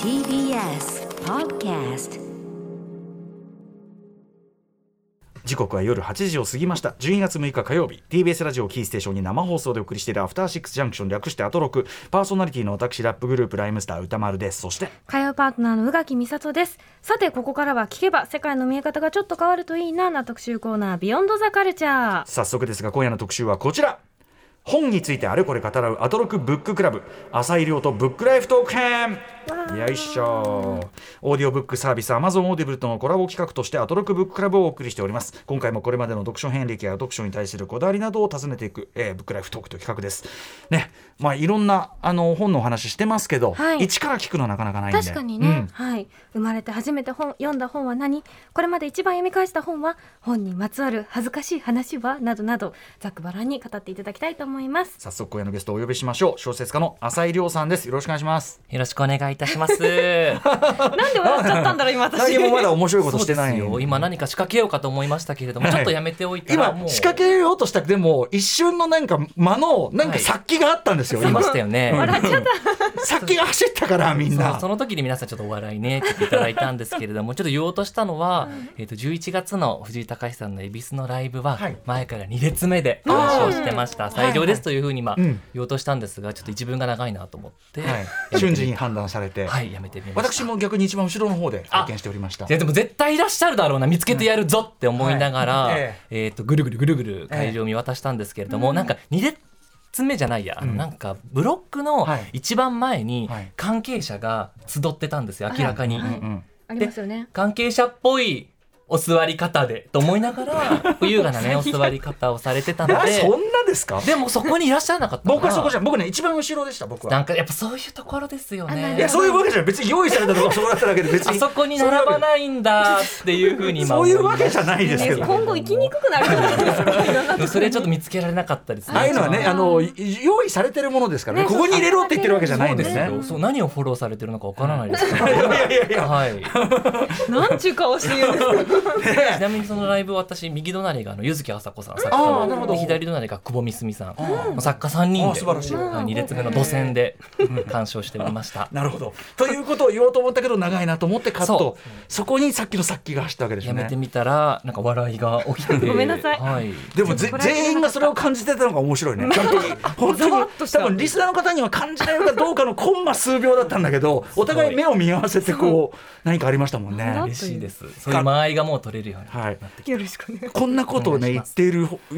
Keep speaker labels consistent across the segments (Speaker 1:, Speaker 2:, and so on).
Speaker 1: TBS Podcast
Speaker 2: 時刻は夜8時を過ぎました12月6日火曜日 TBS ラジオキーステーションに生放送でお送りしているアフターシックスジャンクション略してアトロクパーソナリティの私ラップグループライムスター歌丸ですそして
Speaker 3: 火曜パートナーの宇垣美里ですさてここからは聞けば世界の見え方がちょっと変わるといいなな特集コーナービヨンドザカルチャー
Speaker 2: 早速ですが今夜の特集はこちら本についてあれこれ語らうアトロクブッククラブ浅井亮とブックライフトーク編よいしょオーディオブックサービス Amazon オーディブルとのコラボ企画としてアトロクブッククラブをお送りしております今回もこれまでの読書遍歴や読書に対するこだわりなどを尋ねていく、えーブックライフトークという企画ですねまあいろんなあの本のお話してますけど、
Speaker 3: はい
Speaker 2: 一から聞くのはなかなかないんで
Speaker 3: 確かにね、
Speaker 2: うん
Speaker 3: はい生まれて初めて本読んだ本は何これまで一番読み返した本は本にまつわる恥ずかしい話はなどなどざっくばらんに語っていただきたいと思います
Speaker 2: 早速今夜のゲストをお呼びしましょう小説家の浅井亮さんですよろしくお願いします
Speaker 4: よろしくお願いいたします。
Speaker 3: なん
Speaker 4: そ
Speaker 3: で笑っちゃったんだろう今私
Speaker 2: 何もまだ面白いこと
Speaker 4: う
Speaker 2: して
Speaker 4: で
Speaker 2: な
Speaker 4: す
Speaker 2: い
Speaker 4: よ。今何か仕掛けようかと思いましたけれども、
Speaker 2: はい
Speaker 4: ちょっとやめておいたらも
Speaker 2: 今
Speaker 4: う
Speaker 2: 仕掛けようとしたけどでも一瞬のなんか間のなんか殺気があったんですよ、
Speaker 4: い ま
Speaker 2: 今
Speaker 4: したよね。
Speaker 2: 殺気が走ったからみん
Speaker 4: そ
Speaker 2: な
Speaker 4: うその時に皆さんちょっとお笑いねって言っていただいたんですけれどもちょっと言おうとしたのは、えっと11月の藤井隆さんの恵比寿のライブは
Speaker 2: はい
Speaker 4: 前から2列目で話をしてました最良ですというふうにまあ
Speaker 2: うん
Speaker 4: 言おうとしたんですがちょっと一文が長いなと思って、
Speaker 2: はい、 瞬時に判断されて、
Speaker 4: はいやめてみました
Speaker 2: 私も逆に一番後ろの方で拝見しておりました
Speaker 4: いやでも絶対いらっしゃるだろうな見つけてやるぞって思いながら、
Speaker 2: はい
Speaker 4: えーとぐるぐるぐるぐる会場を見渡したんですけれども、なんか2列目じゃないや、あの
Speaker 2: うん
Speaker 4: なんかブロックの
Speaker 2: はい
Speaker 4: 一番前に
Speaker 2: はい
Speaker 4: 関係者が集ってたんですよ明らかに、
Speaker 3: は
Speaker 2: うんうん
Speaker 3: ありますよ ね
Speaker 4: 関係者っぽいお座り方でと思いながら優雅 なねお座り方をされてたの
Speaker 2: な
Speaker 4: で
Speaker 2: そんなですか
Speaker 4: でもそこにいらっしゃらなかったから
Speaker 2: 僕はそこじゃん僕ね一番後ろでした僕
Speaker 4: な
Speaker 2: は
Speaker 4: んかやっぱそういうところですよ
Speaker 3: あなるほ
Speaker 4: ね
Speaker 3: ど
Speaker 2: いやそういうわけじゃない別に用意されたとかそうだっただけで別
Speaker 4: あ
Speaker 2: に
Speaker 4: そこに並ばないんだっていうふうに今
Speaker 2: そういうわけじゃないですけ
Speaker 3: ね
Speaker 2: ど
Speaker 3: 今後行きにくくなると思うん ですよ
Speaker 4: でもそれはちょっと見つけられなかったですね。
Speaker 2: ああいうのはね
Speaker 4: 一番
Speaker 2: あのい用意されてるものですからね
Speaker 3: ね
Speaker 2: ここに入れろって言ってるわけじゃないんですね
Speaker 4: そうそう何をフォローされてるのかわからないですけど。
Speaker 2: いやいやいや
Speaker 4: はい。
Speaker 3: なんちゅう顔して言うんですか
Speaker 4: ちなみにそのライブ私右隣があの柚木あさこさん作
Speaker 2: あ
Speaker 4: 家
Speaker 2: ーなるほど
Speaker 4: の左隣が久保みすみさんの作家三人
Speaker 2: あー
Speaker 4: で
Speaker 2: 素晴らしい
Speaker 4: はい二列目の土線で鑑賞してみました。
Speaker 2: なるほど。ということを言おうと思ったけど長いなと思ってカット
Speaker 4: そ
Speaker 2: そこにさっきのさっきが走ったわけです
Speaker 4: やめて
Speaker 2: ね。
Speaker 4: みたらなんか笑いが起き て。
Speaker 3: ごめんなさい
Speaker 4: はい。
Speaker 2: でもぜ
Speaker 3: これ
Speaker 2: 全員がそれを感じてたのが面白 いね。本当に本
Speaker 3: ざわ
Speaker 2: 当
Speaker 3: っ
Speaker 2: に
Speaker 3: とした
Speaker 2: 多分リスナーの方には感じられるかどうかのコンマ数秒だったんだけ ど、お互い目を見合わせてこう何かありましたもん
Speaker 3: なんだ
Speaker 2: ね。
Speaker 4: 嬉しいです。そういう間合いがもう取れるように。
Speaker 2: はい。
Speaker 3: よろしくね
Speaker 2: こんなことをね
Speaker 4: お
Speaker 2: 言
Speaker 4: 願いしま
Speaker 2: っ
Speaker 4: す
Speaker 2: てい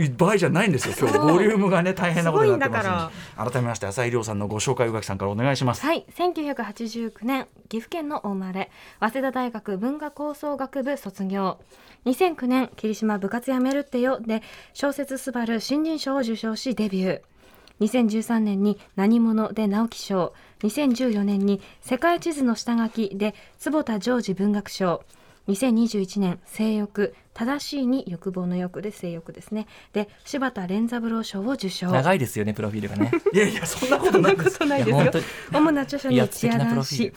Speaker 2: る場合じゃないんですよ。今日
Speaker 3: そう
Speaker 2: ボリュームがね大変なことになって
Speaker 3: すごいんだ
Speaker 2: ま
Speaker 3: か
Speaker 2: すので。改めまして浅井亮さんのご紹介宇垣さんからお願いします。
Speaker 3: はい1989年岐阜県のお生まれ早稲田大学文化構想学部卒業2009年「霧島部活やめるってよ」で小説「すばる新人賞を受賞しデビュー2013年に「何者」で直木賞2014年に「世界地図の下書き」で坪田ジョージ文学賞2021年「性欲」正しいに欲望の欲で性欲ですねで柴田連三郎賞を受賞
Speaker 4: 長いですよねプロフィールがね。
Speaker 2: いやいやそんなことないです。
Speaker 3: ない
Speaker 4: いや本当に
Speaker 3: 主な著書に
Speaker 4: いや
Speaker 3: チア
Speaker 4: 素敵なプ
Speaker 3: 男
Speaker 4: ロフィ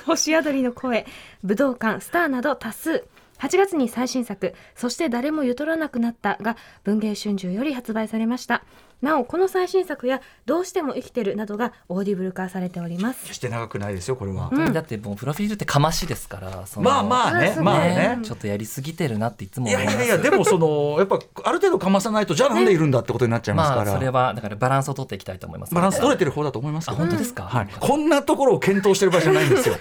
Speaker 3: 子星宿りの声武道館スターなど多数8月に最新作「そして誰もゆとらなくなった」が文藝春秋より発売されましたなおこの最新作や「どうしても生きてる」などがオーディブル化されております
Speaker 2: 決して長くないですよこれは。
Speaker 4: だってもうプロフィールってかましですから。その
Speaker 2: まあまあ
Speaker 3: あ
Speaker 2: ね
Speaker 3: すごい
Speaker 2: まあね。
Speaker 4: ちょっとやりすぎてるなっていつも
Speaker 2: い
Speaker 4: 思
Speaker 2: や
Speaker 4: い
Speaker 2: い
Speaker 4: ます。
Speaker 2: やいや、でもその、やっぱある程度かまさないと、じゃあなんでいるんだってことになっちゃいます
Speaker 4: ま
Speaker 2: か
Speaker 4: あそれ
Speaker 2: ら。
Speaker 4: はだからバランスを取っていきたいと思います。
Speaker 2: バランス取れ
Speaker 4: て
Speaker 2: てる方だと思いますよ
Speaker 4: あ本当ですか
Speaker 2: はい。こんなところを検討してる場合じゃないんです よ。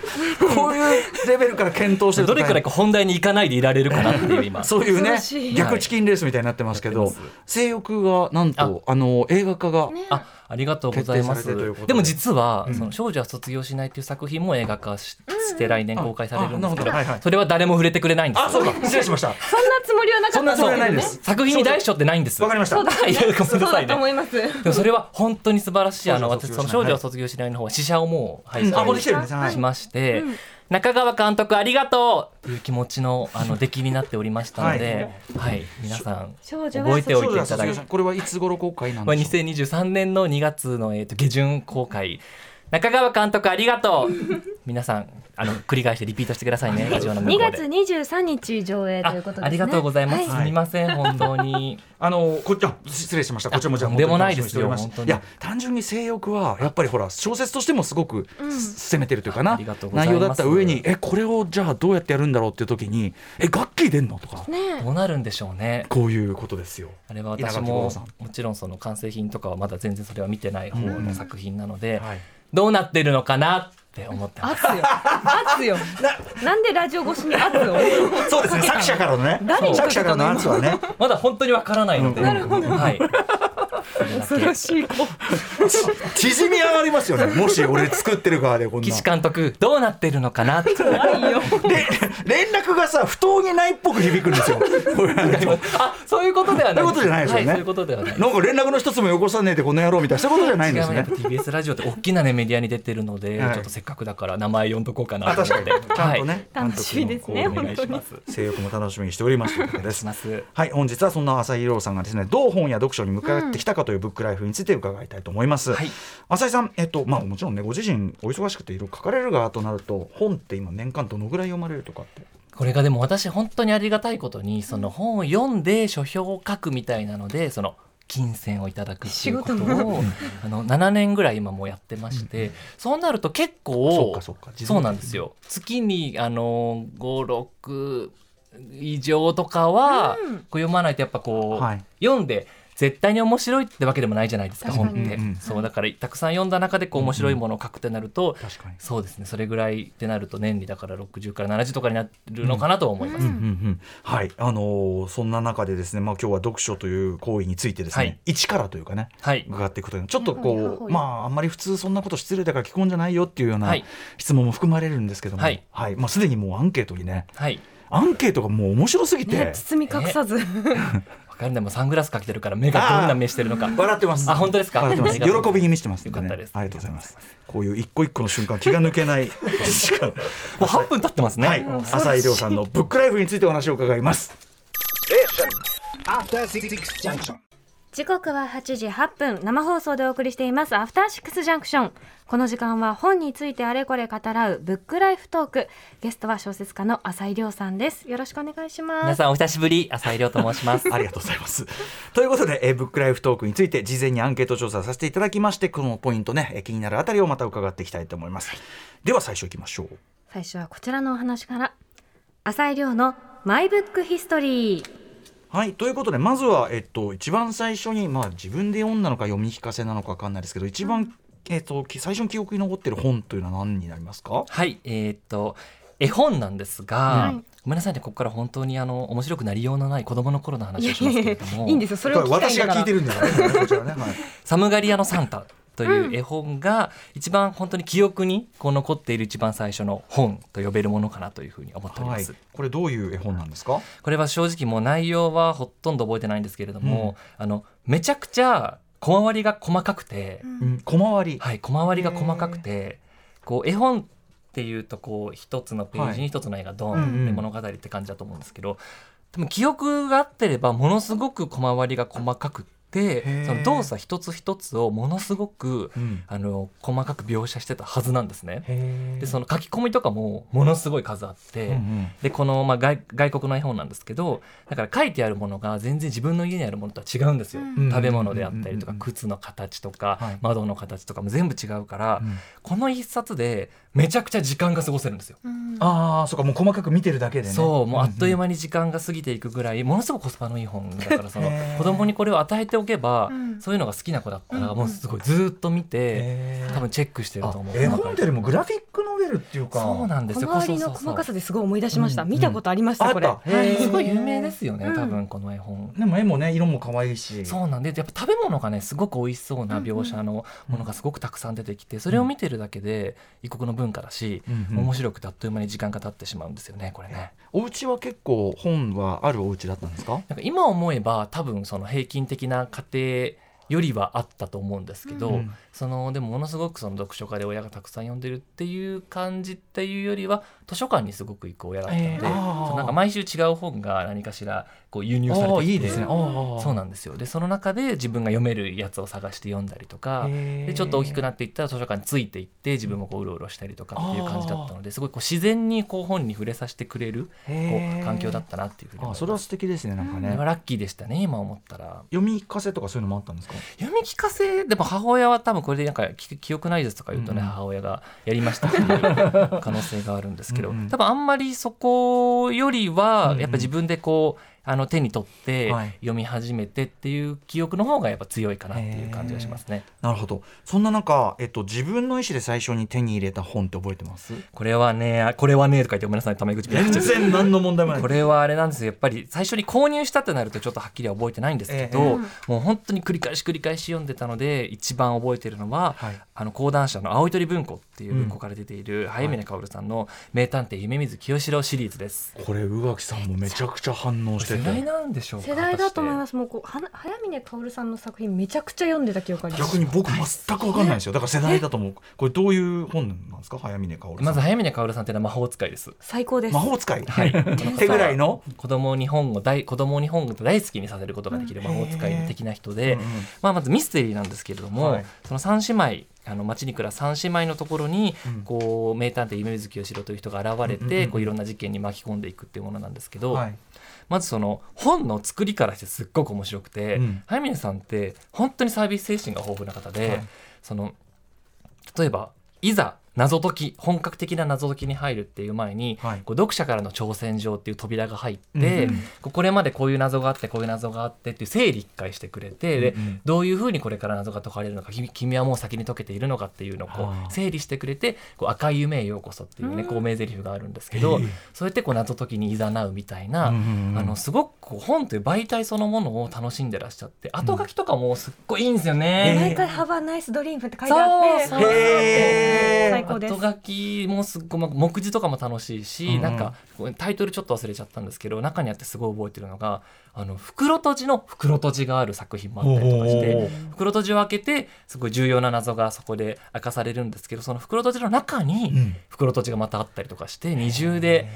Speaker 2: こういうレベルから検討してると
Speaker 4: どれくらいこう本題に行かないでいられるかなっていう 今。
Speaker 2: そういうね
Speaker 3: 恐ろし、い
Speaker 2: 逆チキンレースみたいになってますけ
Speaker 4: や
Speaker 2: ど
Speaker 4: ってます、
Speaker 2: 性欲がなんと、あの、映画化が、
Speaker 4: あありがとうございま
Speaker 2: 決定され
Speaker 4: す
Speaker 2: てということで
Speaker 4: でも実は、その少女は卒業しないという作品も映画化しして来年公開されるんですけど
Speaker 2: ああなるほどはいはい
Speaker 4: それは誰も触れてくれないんですよ
Speaker 2: あ、そうか、失礼しました。
Speaker 3: そんなつもりはなか
Speaker 2: そんな
Speaker 3: った
Speaker 2: つもりはないです。
Speaker 4: 作品に大小ってないんです
Speaker 2: わかりました。
Speaker 4: はいごめんなさいね
Speaker 3: います
Speaker 4: でもそれは本当に素晴らしいあの
Speaker 2: 少女は卒業しない
Speaker 4: 私その少女は卒業しないの方は試写をもう配
Speaker 2: うんあ、もうできてるん
Speaker 4: 信
Speaker 2: です。はい
Speaker 4: しまして、中川監督ありがとうという気持ちのあの出来になっておりましたので、はい、皆さん
Speaker 3: 少女は
Speaker 4: 覚えてお
Speaker 2: 少
Speaker 4: い
Speaker 2: 女
Speaker 4: てい
Speaker 2: は
Speaker 4: た
Speaker 2: 卒
Speaker 4: だい
Speaker 2: 業
Speaker 4: て
Speaker 2: し、これはいつ頃公開なん
Speaker 4: まあ、
Speaker 2: でしょう
Speaker 4: 2023年の2月の、えー、と下旬公開中川監督ありがとう皆さんあの繰り返してリピートしてくださいねラジオの向
Speaker 3: 2
Speaker 4: こうで
Speaker 3: 月23日上映ということですね
Speaker 4: あありがとうございます、
Speaker 2: はい
Speaker 4: すみません本当に
Speaker 2: あのこっちあ失礼しましたこっちもじゃあ
Speaker 4: とんでもないですよ
Speaker 2: 本当に楽しみにしておりましたい
Speaker 4: 本当に
Speaker 2: や単純に性欲はやっぱりほら小説としてもすごく
Speaker 3: うん
Speaker 2: 攻めてるというかな、
Speaker 4: ありがとうござい
Speaker 2: 内
Speaker 4: ます
Speaker 2: 容だった上にえこれをじゃあどうやってやるんだろうっていう時にえ楽器出んのとか
Speaker 3: ね
Speaker 4: どうなるんでしょうね
Speaker 2: こういうことですよ。
Speaker 4: あれは私
Speaker 2: 稲垣吾郎
Speaker 4: も
Speaker 2: さん
Speaker 4: もちろんその完成品とかはまだ全然それは見てない方の作品なので、
Speaker 2: はい
Speaker 4: どうなってるのかなって思ってます
Speaker 3: 圧よ圧 よなんでラジオ越しに圧を
Speaker 2: そうですね作者からのね
Speaker 3: 誰に
Speaker 2: 作
Speaker 3: かけた
Speaker 2: 者
Speaker 3: の
Speaker 2: からの圧はね
Speaker 4: まだ本当にわからないので、
Speaker 2: うんなる
Speaker 4: はい
Speaker 3: 恐
Speaker 4: それだ
Speaker 3: ろ
Speaker 4: け
Speaker 3: しい子
Speaker 2: 縮み上がりますよねもし俺作ってる側でこんな
Speaker 4: 岸監督どうなってるのかなって
Speaker 3: 怖いよ
Speaker 2: で連絡がさ不当にないっぽく響くん ですよこれなんか
Speaker 4: あそういうことではない
Speaker 2: そういうことじゃないですよね
Speaker 4: はい、そういうことではない
Speaker 2: なんか連絡の一つもよこさねえでこの野郎みたいなそういうことじゃないんです
Speaker 4: 違うやっ
Speaker 2: ね
Speaker 4: ぱ TBS ラジオって大きな、ね、メディアに出てるので、
Speaker 2: はい
Speaker 4: ちょっとせっかくだから名前読んどこうかな
Speaker 2: あ
Speaker 4: と
Speaker 2: 確
Speaker 4: 思
Speaker 2: か
Speaker 4: っ
Speaker 2: に
Speaker 4: て、
Speaker 2: ちゃんとね
Speaker 3: 楽しみですね
Speaker 4: お願いします
Speaker 2: 性欲も楽しみにしておりますということです
Speaker 4: します
Speaker 2: はい本日はそんな朝日郎さんがですねどう本や読書に向かってきたかというブックライフについて伺いたいと思います、
Speaker 4: はい
Speaker 2: 浅井さんえっとまあもちろんねご自身お忙しくていろいろ書かれる側となると本って今年間どのぐらい読まれるとかって
Speaker 4: これがでも私本当にありがたいことにその本を読んで書評を書くみたいなのでその金銭をいただくっていうこと
Speaker 3: 仕事
Speaker 4: をあの7年ぐらい今もうやってまして、そうなると結構
Speaker 2: そうかそうか
Speaker 4: そうなんですよ月にあの56以上とかは、
Speaker 3: うん
Speaker 4: こう読まないとやっぱこう、
Speaker 2: はい
Speaker 4: 読んで絶対に面白いってわけでもないじゃないですか
Speaker 3: 確か
Speaker 4: 本
Speaker 3: に
Speaker 4: って、
Speaker 2: うんうん
Speaker 4: そうだからたくさん読んだ中でこう面白いものを書くってなると、
Speaker 2: 確かに
Speaker 4: そうですねそれぐらいってなると年利だから60から70とかになるのかなとは思います、
Speaker 3: うん
Speaker 2: うんうん、はい、あのーそんな中でですね、まあ、今日は読書という行為についてですね、
Speaker 4: はい
Speaker 2: 一からというかね
Speaker 4: はい
Speaker 2: 伺っていくというのちょっと
Speaker 3: いや
Speaker 2: こ
Speaker 3: ほ
Speaker 2: う
Speaker 3: い
Speaker 2: まああんまり普通そんなこと失礼だから聞くんじゃないよっていうような
Speaker 4: はい
Speaker 2: 質問も含まれるんですけども、は
Speaker 4: はいい
Speaker 2: まあ、すでにもうアンケートにね
Speaker 4: はい
Speaker 2: アンケートがもう面白すぎて、
Speaker 3: ね包み隠さず
Speaker 4: わかんないもうサングラスかけてるから目がどんな目してるのか
Speaker 2: 笑ってます
Speaker 4: あ本当ですか
Speaker 2: 笑ってます
Speaker 4: ありがとうございます
Speaker 2: 喜びに満ちてますん
Speaker 4: よかったです
Speaker 2: ありがとうございますこういう一個一個の瞬間気が抜けない 時間
Speaker 4: もう8分経ってますね、
Speaker 2: はい浅井亮さんのブックライフについてお話を伺います。
Speaker 5: After Six Junction.
Speaker 3: 時刻は8時8分生放送でお送りしていますアフターシックスジャンクションこの時間は本についてあれこれ語らうブックライフトークゲストは小説家の浅井亮さんですよろしくお願いしま
Speaker 4: 皆
Speaker 3: す
Speaker 4: さんお久しぶり浅井亮と申 します
Speaker 2: ありがとうございます。ということで、えーブックライフトークについて事前にアンケート調査させていただきまして、このポイントね、えー気になるあたりをまた伺っていきたいと思います。では最初いきましょう。
Speaker 3: 最初はこちらのお話から浅井亮のマイブックヒストリー
Speaker 2: はいということでまずは、えっと、一番最初に、まあ、自分で読んだのか読み聞かせなのか分かんないですけど一番、えっと、き最初に記憶に残ってる本というのは何になりますか
Speaker 4: はいえーっと絵本なんですが、
Speaker 3: い
Speaker 4: ごめんなさいねここから本当にあの面白くなりようのない子供の頃の話をしますけれども
Speaker 3: いいんですよそれを機会だから
Speaker 2: るんだからねこちらね、はい、
Speaker 4: サムガリアのサンタという絵本が一番本当に記憶にこう残っている一番最初の本と呼べるものかなというふうに思っており
Speaker 2: は
Speaker 4: ま
Speaker 2: い
Speaker 4: す。、
Speaker 2: これどういう絵本なんですか
Speaker 4: これは正直もう内容はほとんど覚えてないんですけれども、あのめちゃくちゃ小回りが細かくて、
Speaker 2: うん小回り、
Speaker 4: はい、小回りが細かくてこう絵本っていうとこう一つのページに一つの絵がドーン、
Speaker 2: うんうん
Speaker 4: で物語って感じだと思うんですけどでも記憶があってればものすごく小回りが細かく
Speaker 2: へー
Speaker 4: てその動作一つ一つをものすごく
Speaker 2: うん
Speaker 4: あの細かく描写してたはずなんですね。
Speaker 2: へ
Speaker 4: でその書き込みとかもものすごい数あっ
Speaker 2: う
Speaker 4: て、
Speaker 2: んうん
Speaker 4: でこの、まあ、外外国の絵本なんですけどだから書いてあるものが全然自分の家にあるものとは違うんですよ、
Speaker 2: ん
Speaker 4: 食べ物であったりとか
Speaker 2: うん
Speaker 4: 靴の形とか、
Speaker 2: はい
Speaker 4: 窓の形とかも全部違うから、
Speaker 2: うん
Speaker 4: この一冊でめちゃくちゃ時間が過ごせるんですよ。
Speaker 2: ああそうかもう細かく見てるだけでね
Speaker 4: そうもうあっという
Speaker 2: 間
Speaker 4: 間に時間が過ぎていくぐらいものすごくコスパのいい本だからその
Speaker 2: へー
Speaker 4: 子供にこれを与えておけば、
Speaker 3: うん
Speaker 4: そういうのが好きな子だった
Speaker 3: うんう
Speaker 4: ら
Speaker 3: ん
Speaker 4: もうすごいずーっと見て、
Speaker 2: え
Speaker 4: 多分チェックしてると思う。
Speaker 2: 絵本というよりもグラフィックノベルっていうか
Speaker 4: そうなんです
Speaker 3: 小
Speaker 4: よ。
Speaker 3: 回りの
Speaker 4: そうそうそ
Speaker 3: 細
Speaker 4: う
Speaker 3: かさですごい思い出しました、
Speaker 2: うん
Speaker 3: 見たことありました、
Speaker 2: あっ
Speaker 3: これ
Speaker 2: たへー
Speaker 4: すごい有名ですよね、
Speaker 3: うん
Speaker 4: 多分この絵本。
Speaker 2: でも絵もね色も可愛いし
Speaker 4: そうなんでやっぱ食べ物がねすごく美味しそうな描写のものがすごくたくさん出てきてそれを見てるだけで異国の文化だし、
Speaker 2: うんうん
Speaker 4: 面白くてあっという間に時間が経ってしまうんですよねこれね。
Speaker 2: お家は結構本はあるお家だったんですか
Speaker 4: なんか今思えば多分その平均的な家庭よりはあったと思うんですけど、
Speaker 2: うん
Speaker 4: そのでもものすごくその読書家で親がたくさん読んでるっていう感じっていうよりは図書館にすごく行く親だったので、
Speaker 2: えーあー
Speaker 4: そうなんか毎週違う本が何かしらこう輸入され
Speaker 2: おー
Speaker 4: てきて
Speaker 2: いいですね。
Speaker 4: そうなんですよでその中で自分が読めるやつを探して読んだりとか。で
Speaker 2: で
Speaker 4: ちょっと大きく
Speaker 2: な
Speaker 4: なっていったら図書館についていって自分もこううろうろしたりとかっていう感じだったのですごいこう自然にこう本に触れさせてくれるこう環境だったなっていうふうに思い
Speaker 2: あ
Speaker 4: ます
Speaker 2: それは素敵ですねなんか
Speaker 4: あれ
Speaker 2: ね
Speaker 4: は。ラッキーでしたね今思ったら
Speaker 2: 読み聞かせとかそういうのもあったんですか。
Speaker 4: 読み聞かせでも母親は多分これでなんかき記憶ないですとか言うとね、
Speaker 2: うんうん
Speaker 4: 母親がやりましたっていう可能性があるんですけど
Speaker 2: うんうん
Speaker 4: 多分あんまりそこより
Speaker 2: うん
Speaker 4: は
Speaker 2: うん
Speaker 4: やっぱ自分でこうあの手に取って
Speaker 2: はい
Speaker 4: 読み始めてっていう記憶の方がやっぱ強いかなっていう感じがしますね。
Speaker 2: なるほど。そんな中えっと自分の意思で最初に手に入れた本って覚えてます。
Speaker 4: これはねあこれはねとか言ってごめんなさいタメ口ピラピラして
Speaker 2: 然何の問題も
Speaker 4: これはあれなんですよやっぱり最初に購入したってなるとちょっとはっきりは覚えてないんですけど、
Speaker 2: ええ
Speaker 4: もう本当に繰り返し繰り返し読んでたので一番覚えてるのは、
Speaker 2: はい
Speaker 4: あの講談社の青い鳥文庫っていう文庫から出ている早峰薫さんの「名探偵夢水清志郎」シリーズです。
Speaker 2: これ宇垣さんもめちゃくちゃ反応して
Speaker 4: 世
Speaker 2: て。
Speaker 4: 代なんでしょうか
Speaker 3: 世代だと思いますすもうこうはな早峰薫さんの作品めちゃくちゃ読んでた記憶あります
Speaker 2: 逆に僕全くわかんないんですよ。だから世代だと思う。これどういう本なんですか早峰薫さん。
Speaker 4: まず早峰薫さんっていうのは魔法使いです。
Speaker 3: 最高です
Speaker 2: 魔法使い。
Speaker 4: はい、
Speaker 2: 手ぐらいの。
Speaker 4: 子供を日本語大子供を日本語と大好きにさせることができる魔法使い的な人で、
Speaker 2: うんうん
Speaker 4: まあ、まずミステリーなんですけれども、
Speaker 2: はい
Speaker 4: その三姉妹あの町に暮らす三姉妹のところに、
Speaker 2: うん
Speaker 4: こう名探偵夢月をしろという人が現れて、
Speaker 2: うんうんうん
Speaker 4: こういろんな事件に巻き込んでいくっていうものなんですけど、
Speaker 2: はい。
Speaker 4: まずその本の作りからしてすっごく面白くて、
Speaker 2: うん
Speaker 4: 早峰さんって本当にサービス精神が豊富な方で、
Speaker 2: はい
Speaker 4: その例えばいざ謎解き本格的な謎解きに入るっていう前に、
Speaker 2: はい
Speaker 4: こう読者からの挑戦状っていう扉が入って、
Speaker 2: うんうん
Speaker 4: こうこれまでこういう謎があってこういう謎があってっていう整理一回してくれて、で
Speaker 2: うんうん
Speaker 4: どういうふうにこれから謎が解かれるのか君君はもう先に解けているのかっていうのをこ
Speaker 2: あー
Speaker 4: う整理してくれて「こう赤い夢へようこそ」っていうね
Speaker 3: うん
Speaker 4: こう名台詞があるんですけど、
Speaker 2: ええ
Speaker 4: そうやってこう謎解きにいざなうみたいな、
Speaker 2: うんうんうん
Speaker 4: あのすごくこう本という媒体そのものを楽しんでらっしゃって後書きとかもすっごいいいんですよね。
Speaker 3: 毎回「ハバナイスドリーム」って書いてあって
Speaker 4: そうそう
Speaker 2: へー
Speaker 3: 最高です
Speaker 4: 後書きもすっごいま目次とかも楽しいし、
Speaker 2: うんうん
Speaker 4: なんかこうタイトルちょっと忘れちゃったんですけど中にあってすごい覚えてるのがあの袋閉じの袋閉じがある作品もあったりとかし
Speaker 2: おー
Speaker 4: て袋閉じを開けてすごい重要な謎がそこで明かされるんですけどその袋閉じの中
Speaker 2: う
Speaker 4: に
Speaker 2: ん
Speaker 4: 袋閉じがまたあったりとかして二重で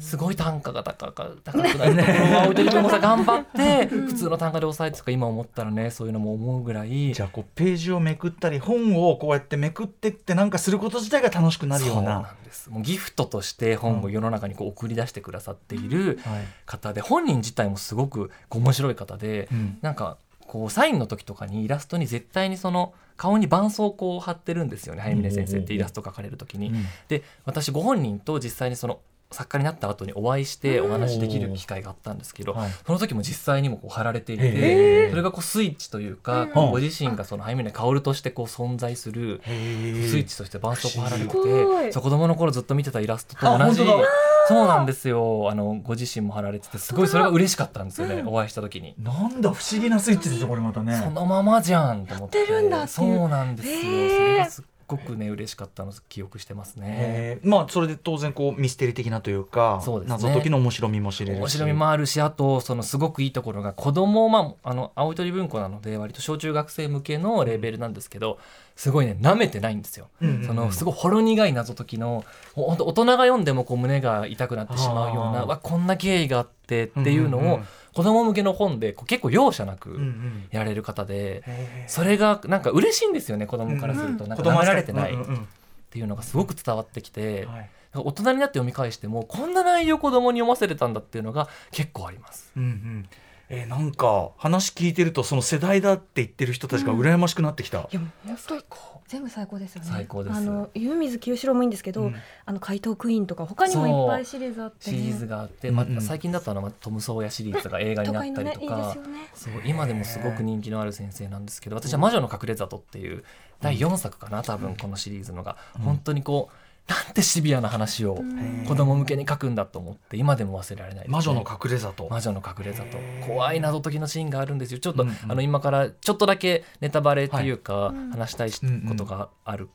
Speaker 4: すごい単価が高か 高くなるところは青い鳥くんもさ頑張って普通の単価で抑えてとか今思ったらねそういうのも思うぐらい
Speaker 2: じゃあこうページをめくったり本をこうやってめくってってなんかすること自体が楽しくなるよう
Speaker 4: そう
Speaker 2: な。
Speaker 4: んですもうギフトとして本を世の中にこう送り出してくださっている
Speaker 2: はい
Speaker 4: 方で本人自体もすごくこう面白い方で
Speaker 2: うん
Speaker 4: なんかこうサインの時とかにイラストに絶対にその顔に絆創膏を貼ってるんですよね早峰先生ってイラスト描かれる時に。
Speaker 2: うん
Speaker 4: で私ご本人と実際にその作家になった後にお会いしてお話しできる機会があったんですけど、
Speaker 2: はい
Speaker 4: その時も実際にもこう貼られていて、
Speaker 2: へー
Speaker 4: それがこうスイッチというか、
Speaker 3: うん
Speaker 4: ご自身がその早峰薫としてこう存在する
Speaker 2: へ
Speaker 4: スイ
Speaker 2: ー
Speaker 4: ッチとして絆創膏貼ら
Speaker 3: 不思議すご
Speaker 4: れて
Speaker 3: い
Speaker 4: てそう子供の頃ずっと見てたイラスト
Speaker 2: あ
Speaker 4: と同じ
Speaker 2: 本当だ
Speaker 4: そうなんですよあのご自身も貼られててすごいそれが嬉しかったんですよね、お会いした時に。
Speaker 2: なんだ不思議なスイッチでしょこれまたね。
Speaker 4: そのままじゃんと思って
Speaker 3: やってるんだっていう
Speaker 4: そうなんですよ、
Speaker 3: へー
Speaker 4: それがすっごくね嬉しかったのを記憶してますね。
Speaker 2: へーまあそれで当然こうミステリー的なというか
Speaker 4: そうですね
Speaker 2: 謎解きの面白みも知れるし。
Speaker 4: 面白みもあるしあとそのすごくいいところが子供まああの青い鳥文庫なので割と小中学生向けのレベルなんですけどすごいね舐めてないんですよ。
Speaker 2: うんうんうん
Speaker 4: そのすごいほろ苦い謎解きのほんと大人が読んでもこう胸が痛くなってしまうよう
Speaker 2: あ
Speaker 4: な
Speaker 2: ー
Speaker 4: わこんな経緯があってっていうの
Speaker 2: うんうんう
Speaker 4: を
Speaker 2: ん
Speaker 4: 子供向けの本でこう結構容赦
Speaker 2: う
Speaker 4: な
Speaker 2: んう
Speaker 4: く
Speaker 2: ん
Speaker 4: やれる方で。
Speaker 2: へー
Speaker 4: それがなんか嬉しいんですよね子供からすると、
Speaker 3: う
Speaker 4: なん
Speaker 2: 子
Speaker 4: か
Speaker 2: 供
Speaker 4: 舐
Speaker 2: は
Speaker 4: められてないっ
Speaker 2: うんうん
Speaker 4: ていうのがすごく伝わってきて
Speaker 2: うん、はい
Speaker 4: 大人になって読み返してもこんな内容子供に読ませれたんだっていうのが結構あります。
Speaker 2: うんうんえーなんか話聞いてるとその世代だって言ってる人たちが羨ましくなってきた。
Speaker 3: いやもう本当全部最高ですよね
Speaker 4: 最高です
Speaker 3: あの湯水清志郎もいいんですけど、
Speaker 2: うん
Speaker 3: あの怪盗クイーンとか他にもいっぱいシリーズあって
Speaker 4: シ
Speaker 3: ね、
Speaker 4: リーズがあって、
Speaker 2: うん
Speaker 4: まあ、最近だったのはトム・ソーヤシリーズが映画に
Speaker 3: 都
Speaker 4: なっ
Speaker 3: 会の
Speaker 4: たり
Speaker 3: ね
Speaker 4: と
Speaker 3: いいで
Speaker 4: か
Speaker 3: すよね
Speaker 4: そう今でもすごく人気のある先生なんですけど私は「魔女の隠れ里」っていう第4作かな多分このシリーズのが本当にこうなんてシビアな話を
Speaker 3: うん
Speaker 4: 子供向けに書くんだと思って今でも忘れられないですね
Speaker 2: 魔女の隠れ里。
Speaker 4: 魔女の隠れ里怖い謎解きのシーンがあるんですよちょっと、
Speaker 2: うんうん
Speaker 4: あの今からちょっとだけネタバレというか、
Speaker 3: いうん
Speaker 4: 話したいし
Speaker 2: うんうん
Speaker 4: ことがある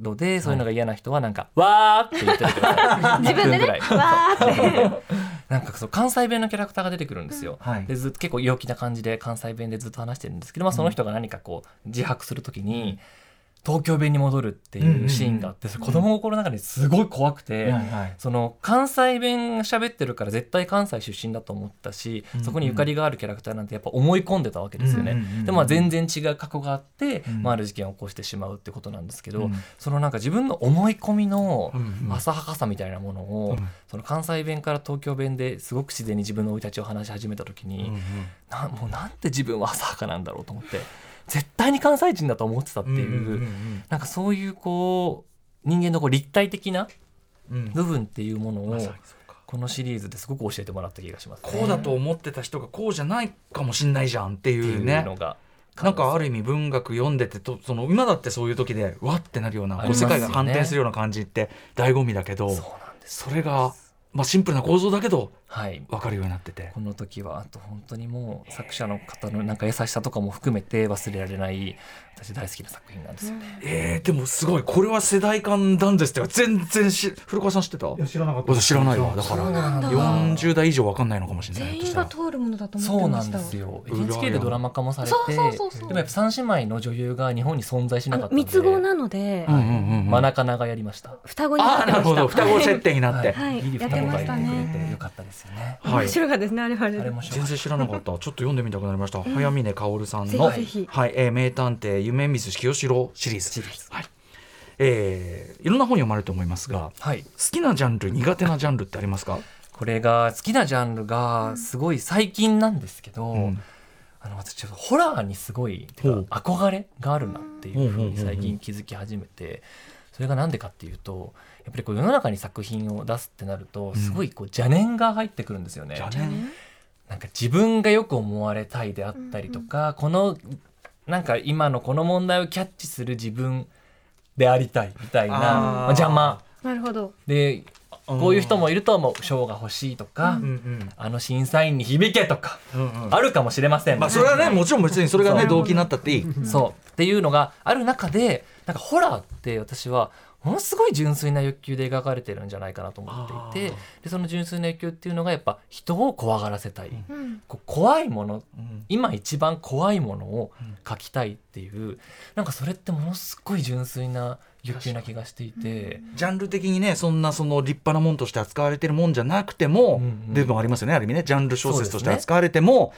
Speaker 4: ので、そういうのが嫌な人はなんか「わー」って言っててくださ い
Speaker 3: 自分で
Speaker 4: 10分ぐ
Speaker 3: ね
Speaker 4: らい
Speaker 3: わーって
Speaker 4: なんかそう関西弁のキャラクターが出てくるんですよ。
Speaker 2: はい
Speaker 4: でずっと結構陽気な感じで関西弁でずっと話してるんですけど、まあ、その人が何かこう自白するときに東京弁に戻るっていうシーンがあって、それ子供心の中ですごい怖くて。
Speaker 2: はいはい
Speaker 4: その関西弁喋ってるから絶対関西出身だと思ったし、
Speaker 2: うん
Speaker 4: そこにゆかりがあるキャラクターなんてやっぱ思い込んでたわけですよね。
Speaker 2: うんうんうんうん
Speaker 4: でまあ全然違う過去があって、
Speaker 2: うん
Speaker 4: まあ、ある事件を起こしてしまうってことなんですけ
Speaker 2: う
Speaker 4: ど、
Speaker 2: ん
Speaker 4: そのなんか自分の思い込みの
Speaker 2: うんうん
Speaker 4: 浅はかさみたいなものを、
Speaker 2: うん
Speaker 4: その関西弁から東京弁ですごく自然に自分の生い立ちを話し始めた時に、なもうなんて自分は浅はかなんだろうと思って絶対に関西人だと思ってたっていう、なんかそういうこう人間のこう立体的な
Speaker 2: うん
Speaker 4: 部分っていうものを
Speaker 2: まさにそうか
Speaker 4: このシリーズですごく教えてもらった気がします、ね。
Speaker 2: こうだと思ってた人がこうじゃないかもしんないじゃんってい
Speaker 4: っていうう
Speaker 2: ね
Speaker 4: のが
Speaker 2: なんかある意味文学読んでてとその今だってそういう時でわってなるような
Speaker 4: あ
Speaker 2: こ
Speaker 4: り
Speaker 2: う
Speaker 4: ます
Speaker 2: 世
Speaker 4: よね
Speaker 2: 界が反転するような感じって醍醐味だけど
Speaker 4: そうなんです。
Speaker 2: それが、まあ、シンプルな構造だけど
Speaker 4: はい。
Speaker 2: 分かるようになってて
Speaker 4: この時はあと本当にもう作者の方のなんか優しさとかも含めて忘れられない私大好きな作品なんですよね。
Speaker 2: えー、でもすごいこれは世代間なんですってか全然し古川さん知ってた
Speaker 5: いや知らなかった
Speaker 2: 私知らないわだか
Speaker 4: そう
Speaker 2: ら
Speaker 4: なんだ
Speaker 2: 40代以上分かんないのかもしれない
Speaker 3: 全員が通るものだと
Speaker 4: そ
Speaker 3: 思っ
Speaker 4: う
Speaker 3: てま
Speaker 4: なん
Speaker 3: し
Speaker 4: で
Speaker 3: た
Speaker 4: すよ。
Speaker 2: 裏山
Speaker 4: NHK でドラマ化もされて
Speaker 3: そうそうそうそう
Speaker 4: でもやっぱ三姉妹の女優が日本に存在し
Speaker 3: あ
Speaker 4: なかっ
Speaker 3: の
Speaker 4: たので
Speaker 3: 三つ子なので、
Speaker 2: うんうんうんうん
Speaker 4: マナカナがやりました。
Speaker 3: 双子にな
Speaker 2: あ
Speaker 3: っ
Speaker 2: あ
Speaker 3: て
Speaker 2: な
Speaker 3: ま
Speaker 2: る
Speaker 3: し
Speaker 2: ほど
Speaker 3: た
Speaker 2: 双子設定になって、
Speaker 3: はい
Speaker 4: ギリ
Speaker 3: や
Speaker 4: 双
Speaker 3: って
Speaker 4: 子
Speaker 3: ま
Speaker 4: が
Speaker 3: した
Speaker 4: いてくれて
Speaker 3: ね
Speaker 4: よかったですよね。
Speaker 2: は
Speaker 3: 面
Speaker 2: い
Speaker 3: 白かったですねあれはあれ
Speaker 4: あれ
Speaker 3: で
Speaker 4: も面
Speaker 2: 全
Speaker 4: 白かった
Speaker 2: 然知らなかったちょっと読んでみたくなりました早峰薫さんの
Speaker 3: ぜひぜひ
Speaker 2: はいえー名探偵夢水清志郎」シリーズはいえーいろんな本読まれると思いますが
Speaker 4: はい。
Speaker 2: 好きなジャンル苦手なジャンルってありますか、
Speaker 4: これが好きなジャンルがすごい最近なんですけど、
Speaker 2: うん
Speaker 4: あの私ちょっとホラーにすごいて
Speaker 2: ほ
Speaker 4: か
Speaker 2: う
Speaker 4: 憧れがあるなっていうふう
Speaker 2: うんうんうんうん
Speaker 4: に最近気づき始めてそれが何でかっていうとやっぱりこう世の中に作品を出すってなるとすごいこう邪念が入ってくるんですよね。
Speaker 2: 邪念
Speaker 4: なんか自分がよく思われたいであったりとか、このなんか今のこの問題をキャッチする自分でありたいみたいな
Speaker 2: あー
Speaker 4: まあ邪魔
Speaker 3: なるほど
Speaker 4: でこういう人もいると思う賞が欲しいとか、
Speaker 2: うんうん
Speaker 4: あの審査員に響けとか、
Speaker 2: うんうん
Speaker 4: あるかもしれません。
Speaker 2: まあそれはねもちろん別にそれがね
Speaker 4: そう
Speaker 2: 動機になったっていい
Speaker 4: そうっていうのがある中でなんかホラーって私はものすごい純粋な欲求で描かれてるんじゃないかなと思ってい
Speaker 2: あ
Speaker 4: てでその純粋な欲求っていうのがやっぱ人を怖がらせたい、
Speaker 3: うん
Speaker 4: こう怖いもの
Speaker 2: うん
Speaker 4: 今一番怖いものを描きたいっていう、なんかそれってものすごい純粋な欲求な気がしていて、
Speaker 2: ジャンル的にねそんなその立派なもんとして扱われてるもんじゃなくても、
Speaker 4: うんうん
Speaker 2: でもありますよねある意味ねジャンル小説として
Speaker 4: そうですね
Speaker 2: 扱われても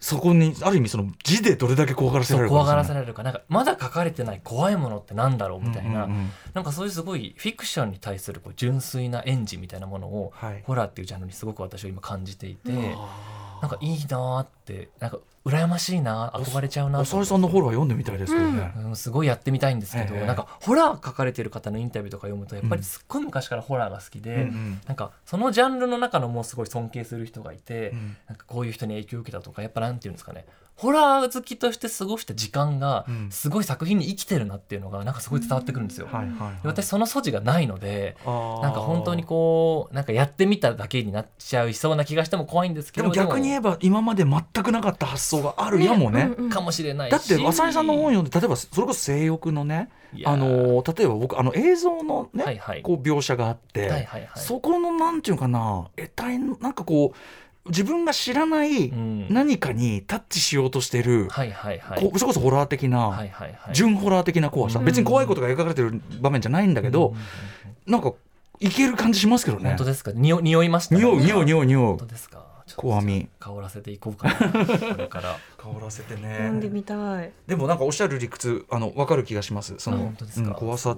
Speaker 2: そ,、こにある意味その字でどれだけ怖がらせ
Speaker 4: そ
Speaker 2: ら
Speaker 4: う
Speaker 2: れる
Speaker 4: 怖がら
Speaker 2: ですよね
Speaker 4: せられるかなんかまだ描かれてない怖いものってなんだろうみたいな、
Speaker 2: うんうんうん
Speaker 4: なんかそういうすごいフィクションに対するこう純粋な演じみたいなものを、
Speaker 2: はい
Speaker 4: ホラーっていうジャンルにすごく私は今感じていて、
Speaker 2: あ
Speaker 4: なんかいいなーってなんか羨ましいなー憧れちゃう
Speaker 2: ー
Speaker 4: なー
Speaker 2: 浅
Speaker 4: と思
Speaker 2: 井
Speaker 4: って
Speaker 2: さんのフォローは読んでみたいですけどね、
Speaker 4: うん、すごいやってみたいんですけど、
Speaker 2: ええ
Speaker 4: なんかホラー書かれてる方のインタビューとか読むとやっぱりすっごい昔からホラーが好きで、
Speaker 2: うんうん
Speaker 4: なんかそのジャンルの中のもうすごい尊敬する人がいて、
Speaker 2: ん
Speaker 4: なんかこういう人に影響を受けたとかやっぱなんていうんですかねホラー好きとして過ごした時間が
Speaker 2: うん
Speaker 4: すごい作品に生きてるなっていうのがなんかすごい伝わってくるんですよ。
Speaker 2: はいはいはい
Speaker 4: で私その素地がないので
Speaker 2: な
Speaker 4: なんか本当にこうなんかやってみただけになっちゃいそうな気がしても怖いんですけ
Speaker 2: で
Speaker 4: ど
Speaker 2: も逆に言えば今まで全くなかった発想があるやもね。
Speaker 3: うんうん
Speaker 4: かもしれないし
Speaker 2: だって浅井さんの本読んで例えばそれこそ性欲のね
Speaker 4: いやー
Speaker 2: あの例えば僕あの映像のね、
Speaker 4: はいはい
Speaker 2: こう描写があって、
Speaker 4: はいはいはい
Speaker 2: そこのなんていうかな得体のなんかこう自分が知らない
Speaker 4: うん
Speaker 2: 何かにタッチしようとしてる、
Speaker 4: はいはいはい
Speaker 2: こうそれこそホラー的な、
Speaker 4: はいはいはい
Speaker 2: 純ホラー的な怖さ、
Speaker 4: うん
Speaker 2: 別に怖いことが描かれてる場面じゃないんだけど、なんかいける感じしますけどね
Speaker 4: 本当ですかにお匂いました
Speaker 2: 匂う匂う
Speaker 4: う
Speaker 2: 匂う匂う
Speaker 4: 本当ですかちょっと
Speaker 2: 怖み
Speaker 4: 香らせていこうかなこれから
Speaker 2: 香らせて
Speaker 3: 読んでみたい
Speaker 2: でもなんかおっしゃる理屈あの分かる気がしますそ
Speaker 4: あ
Speaker 2: の
Speaker 4: 本当ですか
Speaker 2: うん怖さ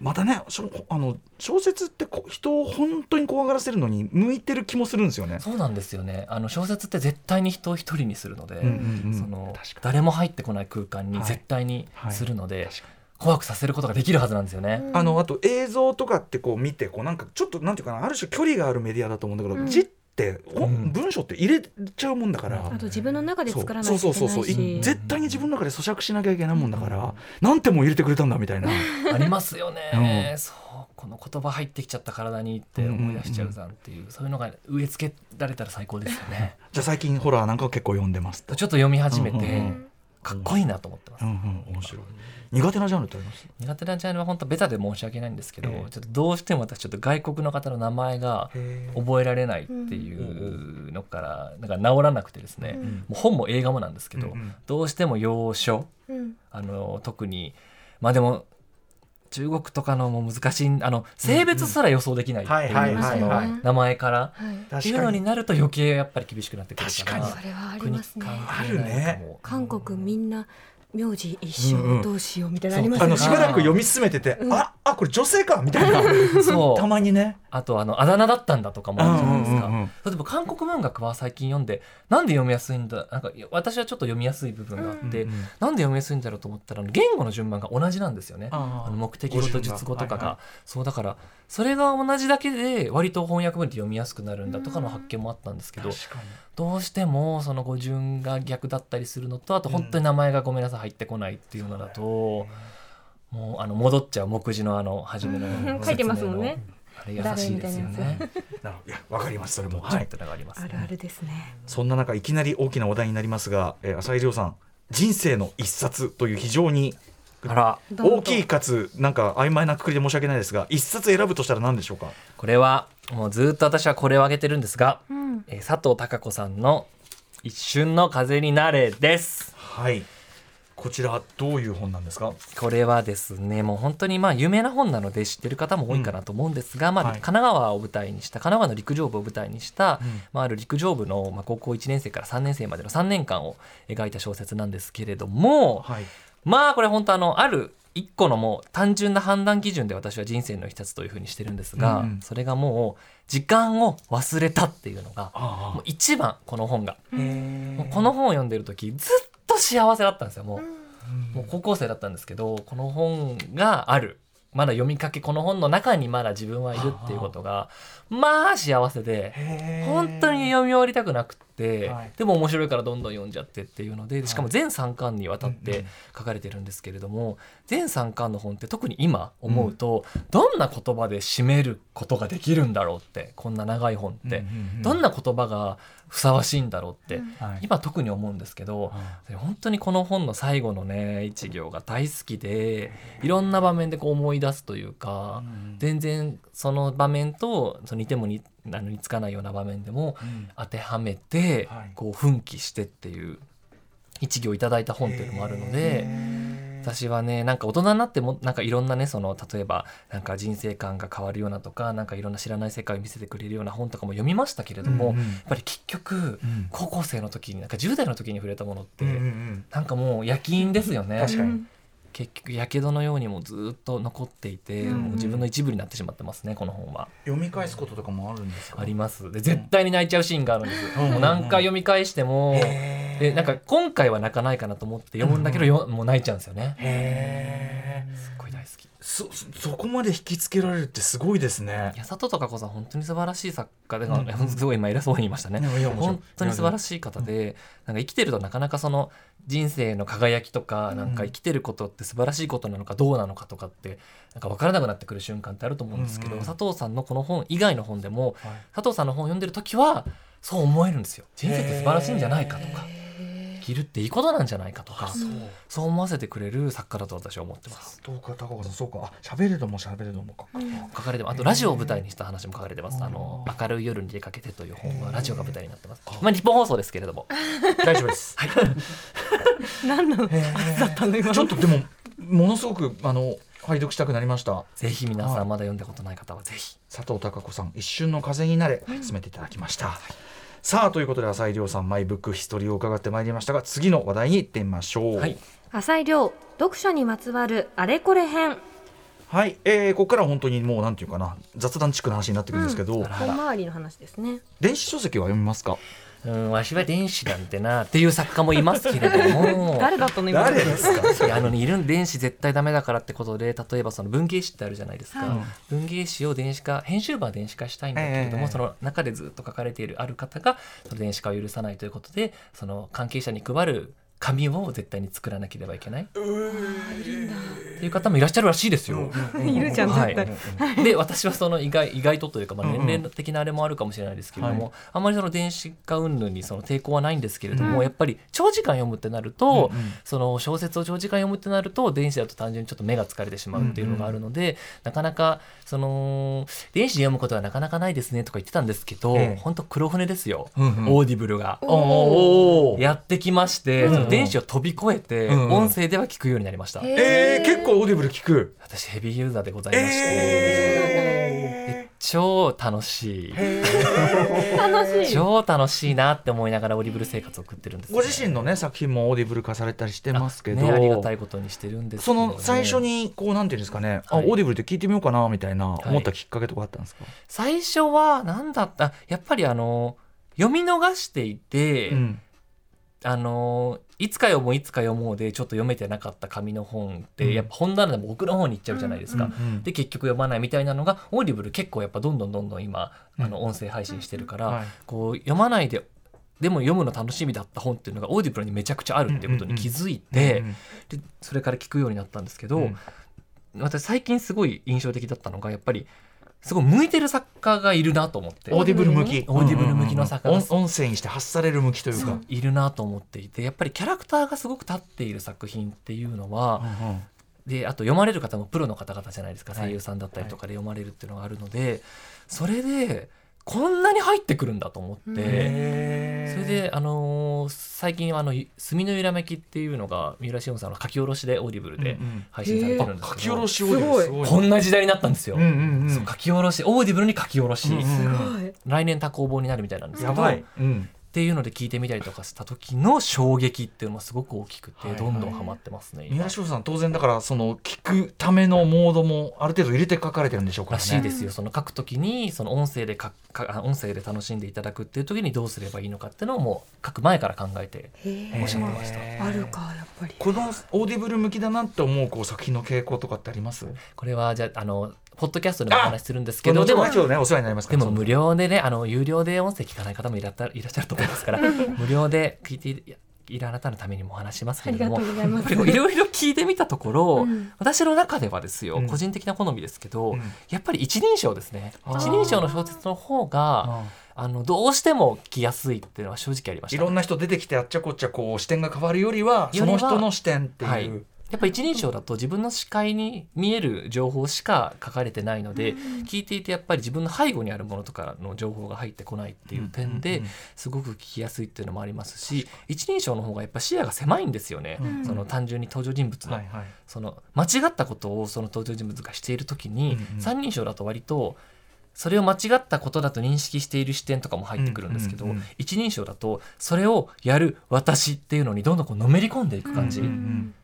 Speaker 2: またねそのあの小説ってこ人を本当に怖がらせるのに向いてる気もするんですよね。
Speaker 4: そうなんですよねあの小説って絶対に人を一人にするので、
Speaker 2: うんうんうん
Speaker 4: その
Speaker 2: 確か
Speaker 4: 誰も入ってこない空間に
Speaker 2: はい
Speaker 4: 絶対に
Speaker 2: はい
Speaker 4: するので、
Speaker 2: に確か
Speaker 4: 怖くさせることができるはずなんですよね、
Speaker 2: にあのあと映像とかってこう見てこうなんかちょっとなんていうかなある種距離があるメディアだと思うんだけど、
Speaker 3: うん
Speaker 2: 字って、ほん
Speaker 4: うん
Speaker 2: 文章って入れちゃうもんだから。
Speaker 3: あと自分の中で
Speaker 2: そう
Speaker 3: 作らない
Speaker 2: そう
Speaker 3: と
Speaker 2: そ
Speaker 3: いうけ
Speaker 2: そう
Speaker 3: な
Speaker 2: そう
Speaker 3: い
Speaker 2: い
Speaker 3: し
Speaker 2: 絶対に自分の中で咀嚼しなきゃいけないもんだから、なんても入れてくれたんだみたい な
Speaker 4: ありますよね、
Speaker 2: う
Speaker 4: そうこの言葉入ってきちゃった体にって思い出しちゃうじゃんっていう、そういうのが植え付けられたら最高ですよね
Speaker 2: じゃあ最近ホラーなんかを結構読んでます
Speaker 4: ちょっと読み始めて、
Speaker 2: うんうんうん
Speaker 4: かっこいいなと思ってます
Speaker 2: うん。うん、面白い。苦手なジャンルってあります。
Speaker 4: 苦手なジャンルは本当ベタで申し訳ないんですけど、ちょっとどうしても私ちょっと外国の方の名前が覚えられないっていうのからなんか治らなくてです
Speaker 3: う
Speaker 4: ね、
Speaker 3: ん
Speaker 4: もう本も映画もなんですけど、
Speaker 2: うんうん
Speaker 4: どうしても洋書
Speaker 3: うん
Speaker 4: あの特にまあでも中国とかのも難しいあの性別すら予想できないって
Speaker 2: うんうんはい
Speaker 4: い
Speaker 2: は
Speaker 4: う
Speaker 2: いはい
Speaker 4: そ
Speaker 2: はい
Speaker 4: の名前から
Speaker 3: はい
Speaker 4: っていうのに。なると余計やっぱり厳しくなってくるから
Speaker 2: 確
Speaker 3: それはあり
Speaker 4: 国
Speaker 3: ます
Speaker 4: 関
Speaker 3: ね
Speaker 4: 係ないかも
Speaker 3: 韓国みんな名字一
Speaker 2: うんうん
Speaker 3: 緒どうしようみたいなのあります
Speaker 2: あ
Speaker 3: よ
Speaker 2: の
Speaker 3: ね
Speaker 2: しばらく読み進めてて、
Speaker 3: うん
Speaker 2: あ、あ、これ女性かみたいな。
Speaker 4: そう
Speaker 2: たまにね。
Speaker 4: あとあのあだ名だったんだとかもあるじゃないですか、
Speaker 2: うんうんうんうん
Speaker 4: 例えば韓国文学は最近読んでなんで読みやすいんだなんかいや私はちょっと読みやすい部分があって、
Speaker 2: うんうん
Speaker 4: なんで読みやすいんだろうと思ったらあの言語の順番が同じなんですよね
Speaker 2: あー
Speaker 4: あの目的語と述語とかが、
Speaker 2: はいは
Speaker 4: そうだからそれが同じだけで割と翻訳文って読みやすくなるんだとかの発見もあったんですけど、どうしてもその語順が逆だったりするのとあと本当に名前がごめんなさい入ってこないっていうのだと、もうあの戻っちゃう目次のあの初めの説明の
Speaker 3: 書いてますもんね
Speaker 4: あれ優しいですよ
Speaker 3: 誰み
Speaker 4: ね。
Speaker 2: なるほどいや、わかります。それも。は
Speaker 4: ちょっ
Speaker 2: い。
Speaker 4: となんかあります
Speaker 3: あ
Speaker 4: ね
Speaker 3: るあるですね
Speaker 2: そんな中、いきなり大きなお題になりますが、えー浅井亮さん。人生の一冊という非常に。
Speaker 4: あら
Speaker 3: どんどん
Speaker 2: 大きいかつなんか曖昧なくくりで申し訳ないですが一冊選ぶとしたら何でしょうか
Speaker 4: これはもうずっと私はこれを挙げてるんですが、
Speaker 3: うん
Speaker 4: えー佐藤孝子さんの「一瞬の風になれ」です。
Speaker 2: はいこちらどういう本なんですか
Speaker 4: これはですねもう本当にまあ有名な本なので知ってる方も多いかなと思うんですが、まあ
Speaker 2: はい
Speaker 4: 神奈川を舞台にした神奈川の陸上部を舞台にした、
Speaker 2: うん
Speaker 4: まあ、ある陸上部の、まあ、高校1年生から3年生までの3年間を描いた小説なんですけれども、
Speaker 2: はい
Speaker 4: まあこれ本当あのある一個のもう単純な判断基準で私は人生の一つというふうにしてるんですが、
Speaker 2: うん
Speaker 4: それがもう時間を忘れたっていうのが
Speaker 2: あ
Speaker 4: もう一番この本が、
Speaker 2: あ
Speaker 4: もう
Speaker 2: こ
Speaker 4: この本を読んでる時ずっと幸せだったんですよもう,、
Speaker 2: うん
Speaker 4: もう高校生だったんですけどこの本があるまだ読みかけこの本の中にまだ自分はいるっていうことがまあ幸せで。本当に読み終わりたくなくって、
Speaker 2: はい
Speaker 4: でも面白いからどんどん読んじゃってっていうのでしかも全3巻にわたっ
Speaker 2: うんう
Speaker 4: て
Speaker 2: ん
Speaker 4: 書かれてるんですけれども、全3巻の本って特に今思うと、どんな言葉で締めることができるんだろうってこんな長い本って、どん
Speaker 2: な、
Speaker 4: な言葉がふさわしいんだろうって、
Speaker 3: うん
Speaker 2: はい
Speaker 4: 今特に思うんですけど。
Speaker 2: あ
Speaker 4: 本当にこの本の最後のね一行が大好きでいろんな場面でこう思い出すという
Speaker 2: あ
Speaker 4: か、全然その場面とその似てもにあの似つかないような場面でも
Speaker 2: うん
Speaker 4: 当てはめて、
Speaker 2: はい
Speaker 4: こう奮起してっていう一行いただいた本っていうのもあるので。私はねなんか大人になってもなんかいろんなねその例えばなんか人生観が変わるようなとかなんかいろんな知らない世界を見せてくれるような本とかも読みましたけれども、
Speaker 2: うんうん
Speaker 4: やっぱり結局
Speaker 2: うん
Speaker 4: 高校生の時になんか10代の時に触れたものって、
Speaker 2: うんうんうん
Speaker 4: なんかもう夜勤ですよね
Speaker 2: 確かに
Speaker 3: うん
Speaker 4: 結局やけどのようにもうずっと残っていて、
Speaker 2: うん
Speaker 4: もう自分の一部になってしまってますねこの本は。
Speaker 2: 読み返すこととかもあるんですか
Speaker 4: ありますで絶対に泣いちゃうシーンがあるんです、
Speaker 2: うん
Speaker 4: もう何回読み返しても、
Speaker 2: へー
Speaker 4: でなんか今回は泣かないかなと思って読むんだけど、よもう泣いちゃうんですよね
Speaker 2: へー
Speaker 4: すっごい大好きい
Speaker 2: そそそこまで引きつけられるってすごいですね
Speaker 4: や佐藤孝子さん本当に素晴らしい作家で、
Speaker 2: うんうん
Speaker 4: すごい今偉そうに言いましたね、
Speaker 2: いやもちろん
Speaker 4: 本当に素晴らしい方で、なんか生きてるとなかなかその人生の輝きとか、なんか生きてることって素晴らしいことなのかどうなのかとかってなんか分からなくなってくる瞬間ってあると思うんですけど、
Speaker 2: うんうん
Speaker 4: 佐藤さんのこの本以外の本でも
Speaker 2: はい
Speaker 4: 佐藤さんの本を読んでる時はそう思えるんですよ人生って素晴らしいんじゃないかとか生きるっていいことなんじゃないかとか
Speaker 2: そう
Speaker 4: そう思わせてくれる作家だと私は思ってます
Speaker 2: そうか高岡さんそうかあ喋れども喋れどもか
Speaker 4: 書かれてあとラジオを舞台にした話も書かれてます「あの明るい夜に出かけて」という本はラジオが舞台になってますまあ日本放送ですけれども
Speaker 2: 大丈夫です
Speaker 3: 何の
Speaker 2: へーちょっとでもものすごくあの拝読したくなりました
Speaker 4: ぜひ皆
Speaker 2: は
Speaker 4: さ
Speaker 2: い
Speaker 4: んまだ読んだことない方はぜひ
Speaker 2: 佐藤孝子さん一瞬の風になれ進めていただきました、さあということで浅井亮さんマイブックヒストリーを伺ってまいりましたが次の話題に行ってみましょう
Speaker 4: はい
Speaker 3: 浅井亮読書にまつわるあれこれ編
Speaker 2: はいえーここからは本当にもうなんていうかな雑談チックな話になってくるんですけど、
Speaker 4: あら
Speaker 3: 本回りの話ですね
Speaker 2: 電子書籍は読みますか
Speaker 4: うんわしは電子なんてなっていう作家もいますけれど も
Speaker 3: 誰だったの今
Speaker 2: ですか
Speaker 4: いやあのねいるん電子絶対ダメだからってことで例えばその文芸誌ってあるじゃないですか、
Speaker 3: はい
Speaker 4: 文芸誌を電子化編集部は電子化したいんだけれども、
Speaker 2: ええ
Speaker 4: その中でずっと書かれているある方がその電子化を許さないということでその関係者に配る紙を絶対に作らなければいけないっ
Speaker 3: あいるんだ
Speaker 4: てっていう方もいらっしゃるらしいですよ。
Speaker 3: いるじゃん
Speaker 4: は
Speaker 3: 絶
Speaker 4: い
Speaker 3: 対。
Speaker 4: で私はその意外意外とというか、まあ、
Speaker 2: うんうん
Speaker 4: 年齢的なあれもあるかもしれないですけれども、
Speaker 2: は
Speaker 4: あんまりその電子化云々にその抵抗はないんですけれども、
Speaker 3: うん
Speaker 4: やっぱり長時間読むってなると、
Speaker 2: うんうん
Speaker 4: その小説を長時間読むってなると電子だと単純にちょっと目が疲れてしまうっていうのがあるので、なかなかその電子で読むことはなかなかないですねとか言ってたんですけど、
Speaker 2: ええ
Speaker 4: 本当黒船ですよ、
Speaker 2: うんうん
Speaker 4: オーディブルが。
Speaker 2: おー
Speaker 4: やってきまして、
Speaker 2: うん
Speaker 4: その電子を飛び越えて、
Speaker 2: うんうん
Speaker 4: 音声では聞くようになりました。
Speaker 2: えー、結構オーディブル聞く
Speaker 4: 私ヘビーユーザーでございまして、
Speaker 2: え
Speaker 4: 超楽しい。
Speaker 3: 楽しい。
Speaker 4: 超楽しいなって思いながらオリブル生活を送ってるんです
Speaker 2: ー、
Speaker 4: ね、
Speaker 2: ご自身のね作品もオーディブル化されたりしてますけど、
Speaker 4: ね、ありがたいことにしてるんですけ
Speaker 2: そ
Speaker 4: どね、
Speaker 2: の最初にこうなんていうんですかね、
Speaker 4: はい
Speaker 2: あオーディブルって聞いてみようかなみたいない思ったきっかけとかあったんですか、
Speaker 4: 最初は何だったやっぱりあの読み逃していて、
Speaker 2: うん
Speaker 4: あのいつか読もういつか読もうでちょっと読めてなかった紙の本って、
Speaker 2: うん
Speaker 4: やっぱ本棚でも奥の方に行っちゃうじゃないですか、
Speaker 2: うん
Speaker 4: で結局読まないみたいなのがオーディブル結構やっぱどんどんどんどん今、
Speaker 2: うん
Speaker 4: あの音声配信してるから、
Speaker 2: はい
Speaker 4: こう読まないででも読むの楽しみだった本っていうのがオーディブルにめちゃくちゃあるっていうことに気づいて、
Speaker 2: うん
Speaker 4: でそれから聞くようになったんですけ
Speaker 2: う
Speaker 4: ど、
Speaker 2: ん
Speaker 4: 私最近すごい印象的だったのがやっぱりすごい向いてる作家がいるなと思って
Speaker 2: オーディブル向き
Speaker 4: オーディブル向きの作家
Speaker 2: うん
Speaker 4: が
Speaker 2: うんうん音音声にして発される向きというか
Speaker 4: いるなと思っていてやっぱりキャラクターがすごく立っている作品っていうのは、
Speaker 2: うんうん
Speaker 4: であと読まれる方もプロの方々じゃないですか
Speaker 2: はい
Speaker 4: 声優さんだったりとかで読まれるっていうのがあるのでそれでこんなに入ってくるんだと思って。それで、あのー最近はあの「墨の揺らめき」っていうのが三浦紫音さんの書き下ろしでオーディブルで配信されてるんですけど、
Speaker 2: 書き下ろしオーディブルすごい
Speaker 4: こんな時代になったんですよ、
Speaker 2: うんうんうん
Speaker 4: そう書き下ろしオーディブルに書き下ろし、
Speaker 2: うんうん
Speaker 3: すごい。
Speaker 4: 来年多項本になるみたいなんですけ
Speaker 2: や
Speaker 4: ど
Speaker 2: ば
Speaker 4: っ
Speaker 2: い、うん、
Speaker 4: ていうので聞いてみたりとかした時の衝撃っていうのはすごく大きくて、
Speaker 2: はいはい
Speaker 4: どんどんハマってますね
Speaker 2: 三
Speaker 4: 今
Speaker 2: 浦翔さん当然だからその聞くためのモードもある程度入れて書かれてるんでしょうかららね
Speaker 4: しいですよその書く時にその音声でかかあ音声で楽しんでいただくっていう時にどうすればいいのかっていうのをもう書く前から考えて
Speaker 3: へ
Speaker 4: おっしゃって
Speaker 3: ー
Speaker 4: ました
Speaker 2: へー
Speaker 3: あるかやっぱり。
Speaker 2: このオーディブル向きだなって思うこう作品の傾向とかってあります
Speaker 4: これはじゃああのポッドキャストでもお話しするんですけ
Speaker 2: 後
Speaker 4: ど
Speaker 2: ほ
Speaker 4: で
Speaker 2: ど
Speaker 4: も
Speaker 2: ねちょっとねお世話になりますか
Speaker 4: で
Speaker 2: ら
Speaker 4: も無料でねあの有料で音声聞かない方もいらったいらっしゃると思い ますから無料で聞いていいるあなたのためにもお話します
Speaker 3: あ
Speaker 4: けれ
Speaker 3: りが
Speaker 4: ども
Speaker 3: とうございます。
Speaker 4: いろいろ聞いてみたところ、
Speaker 3: うん
Speaker 4: 私の中ではですよ、
Speaker 2: うん
Speaker 4: 個人的な好みですけど、
Speaker 2: うん
Speaker 4: やっぱり一人称ですね
Speaker 2: あー
Speaker 4: 一人称の小説の方が
Speaker 2: あ
Speaker 4: あのどうしても聞きやすいっていうのは正直ありまし
Speaker 2: い
Speaker 4: た
Speaker 2: ろんな人出てきてあっちゃこっちゃこう視点が変わるよりはそ
Speaker 4: より
Speaker 2: の
Speaker 4: は
Speaker 2: 人の視点っていう、
Speaker 4: はいやっぱ一人称だと自分の視界に見える情報しか書かれてないので、聞いていてやっぱり自分の背後にあるものとかの情報が入ってこないっていう点で、
Speaker 2: うんうんうん
Speaker 4: すごく聞きやすいっていうのもありますし一人称の方がやっぱ視野が狭いんですよね、
Speaker 2: うん
Speaker 4: その単純に登場人物の,、
Speaker 2: はいはい
Speaker 4: その間違ったことをその登場人物がしている時に、
Speaker 2: うんうん
Speaker 4: 三人称だと割とそれを間違ったことだと認識している視点とかも入ってくるんですけど、
Speaker 2: うんうんうん
Speaker 4: 一人称だとそれをやる私っていうのにどんどんこうのめり込んでいく感じ。
Speaker 2: うんうん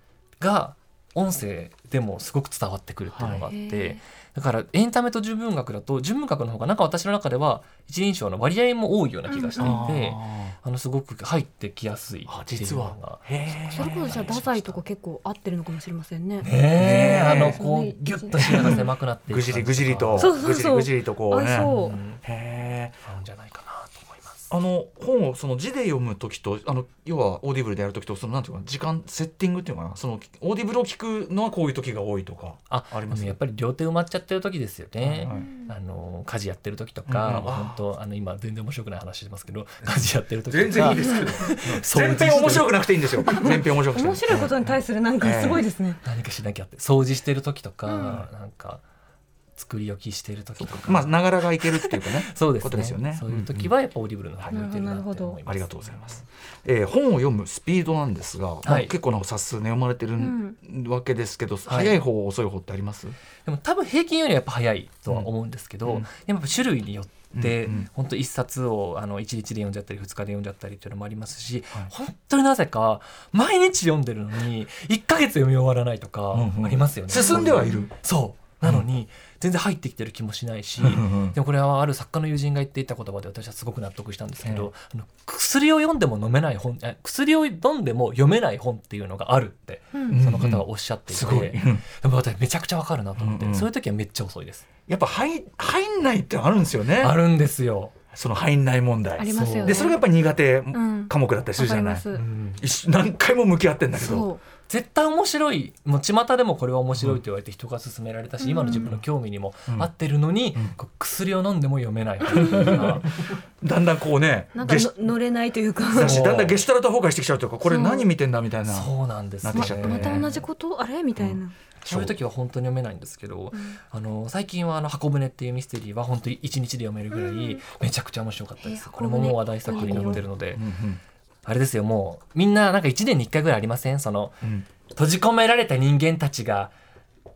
Speaker 4: が音声でもすごく伝わってくるっていうのがあっ
Speaker 3: はい
Speaker 4: て、
Speaker 3: へー
Speaker 4: だからエンタメと純文学だと純文学の方がなんか私の中では一人称の割合も多いような気がしていて、
Speaker 2: あ
Speaker 4: あのすごく入ってきやすい
Speaker 2: ーあ
Speaker 4: っていう
Speaker 2: 実
Speaker 4: の
Speaker 2: は
Speaker 4: が。
Speaker 2: へー
Speaker 3: それこそじゃあ太宰とか結構合ってるのかもしれませんね。
Speaker 4: ねえあのこ
Speaker 3: ね
Speaker 4: うギュッと視野が狭くなっていく
Speaker 2: ぐ
Speaker 4: 感じ
Speaker 2: じ
Speaker 4: とか
Speaker 2: りぐじりと
Speaker 3: そうそ
Speaker 2: ぐ
Speaker 3: うそう
Speaker 2: じりぐじりとこうね
Speaker 3: あそううん
Speaker 2: へー
Speaker 4: 合うんじゃないかなと思います。
Speaker 2: あの本をその字で読む時とあの要はオーディブルでやる時とそのなんていうか時間セッティングっていうのかなそのオーディブルを聞くのはこういう時が多いとか
Speaker 4: あ
Speaker 2: あります
Speaker 4: でもやっぱり両手埋まっちゃってる時ですよね。
Speaker 2: はい
Speaker 4: あの家事やってる時と
Speaker 2: うんう
Speaker 4: か、
Speaker 2: ん
Speaker 4: もう本当あの今全然面白くない話してますけど 家事やってる時とか
Speaker 2: 全然いいですけど
Speaker 4: 掃除
Speaker 2: 全
Speaker 4: して
Speaker 2: 編
Speaker 4: る
Speaker 2: 面白くなくていいんですよ全編面白くて
Speaker 3: 面白いことに対するなんかすごいですね。
Speaker 4: 何かしなきゃって掃除してる時とか、なんか作り置きしてる時とか、
Speaker 2: まあながらがいけるっていう かね
Speaker 4: そうです
Speaker 2: こと
Speaker 4: ね
Speaker 2: ですよね
Speaker 4: そういう時はやっぱオーディブルの方が向いてるな
Speaker 3: な
Speaker 4: って
Speaker 3: るほど
Speaker 4: 思います、
Speaker 2: ありがとうございます、えー本を読むスピードなんですが、まあ
Speaker 4: はい
Speaker 2: 結構な冊数ね読まれてる
Speaker 3: ん
Speaker 2: わけですけど、
Speaker 4: い
Speaker 2: 早い方遅い方ってあります、
Speaker 4: でも多分平均よりはやっぱ早いとは思うんですけど、
Speaker 2: うんうん
Speaker 4: でもやっぱ種類によって
Speaker 2: うんうん
Speaker 4: 本当一冊をあの一日で読んじゃったり二日で読んじゃったりっていうのもありますし、
Speaker 2: はい
Speaker 4: 本当になぜか毎日読んでるのに一ヶ月読み終わらないとか
Speaker 2: うんうん
Speaker 4: ありますよね。
Speaker 2: 進んではいる、
Speaker 4: そうなのに、全然入ってきてる気もしないし、
Speaker 2: うんうん
Speaker 4: でもこれはある作家の友人が言っていた言葉で私はすごく納得したんですけど、あの薬を読んでも飲めない本え薬を飲んでも読めない本っていうのがあるって、
Speaker 3: うん
Speaker 4: その方はおっしゃっていて、
Speaker 2: すごいうん
Speaker 4: でも私めちゃくちゃわかるなと思って、
Speaker 2: うんうん
Speaker 4: そういう時はめっちゃ遅いです。
Speaker 2: やっぱ入入んないってのあるんですよね
Speaker 4: あるんですよ。
Speaker 2: その入んない問題
Speaker 3: ありますよね。
Speaker 2: でそれがやっぱり苦手
Speaker 3: うん
Speaker 2: 科目だったりするじゃない、
Speaker 3: わかります
Speaker 4: うん
Speaker 2: 一緒何回も向き合ってんだけど
Speaker 3: そ
Speaker 4: 絶対面白いもう巷でもこれは面白いと言われて人が勧められたし、今の自分の興味にも合ってるのに、こう薬を飲んでも読めないって いうか
Speaker 2: だんだんこうね
Speaker 3: なんか
Speaker 2: ゲシ
Speaker 3: の乗れないというか
Speaker 2: だし
Speaker 4: そう
Speaker 2: だんだんゲシュタルト崩壊してきちゃうというかこれ
Speaker 3: そう
Speaker 2: 何見てんだみたいな
Speaker 4: そうなんです
Speaker 2: なってきちゃった
Speaker 4: ね
Speaker 2: ね
Speaker 3: また同じことあれみたいな、
Speaker 4: そういう時は本当に読めないんですけど、あの最近はあの箱舟っていうミステリーは本当に一日で読めるぐらいめちゃくちゃ面白かったです。
Speaker 3: えー
Speaker 4: これももう話題作になってるので、
Speaker 2: うんうん
Speaker 4: あれですよもうみんななんか一年に一回ぐらいありません？その
Speaker 2: うん
Speaker 4: 閉じ込められた人間たちが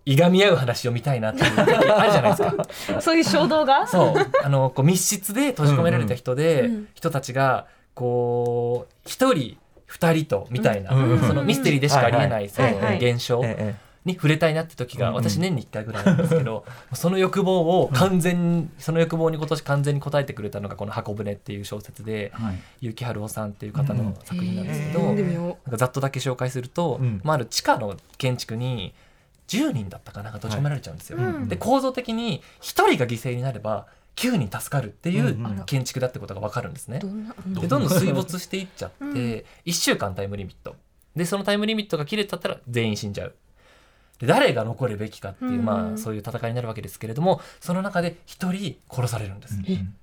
Speaker 4: いがみ合う話を見たいなっていう時あるじゃないですか。
Speaker 3: そういう衝動が
Speaker 4: そうあのこう密室で閉じ込められた人で、
Speaker 3: うんうん
Speaker 4: 人たちがこう一人二人とみたいな、
Speaker 2: うんうん
Speaker 4: そのミステリーでしかありえ
Speaker 2: は
Speaker 4: ないいその
Speaker 3: はいはい
Speaker 4: 現象。
Speaker 2: ええ
Speaker 4: に触れたいなって時
Speaker 2: う
Speaker 4: が
Speaker 2: んうん
Speaker 4: 私年に1回ぐらいなんですけどその欲望を完全にその欲望に今年完全に応えてくれたのがこの「箱舟」っていう小説で
Speaker 2: はい
Speaker 4: 結城春夫さんっていう方の作品なんですけど、
Speaker 3: 読んでみよ
Speaker 4: なんかざっとだけ紹介すると、
Speaker 2: うん
Speaker 4: まあ、ある地下の建築に10人だったかなが閉じ込められちゃうんですよ。
Speaker 3: はいうん
Speaker 4: で構造的に1人が犠牲になれば9人助かるってい
Speaker 2: うん
Speaker 3: うん
Speaker 4: う建築だってことが分かるんですね
Speaker 3: うど。んな
Speaker 4: でどんどん水没していっちゃって、1週間タイムリミットでそのタイムリミットが切れちゃったら全員死んじゃうで誰が残るべきかっていう、
Speaker 3: うん
Speaker 4: まあ、そういう戦いになるわけですけれどもその中で1人殺されるんです、っ
Speaker 2: うんうん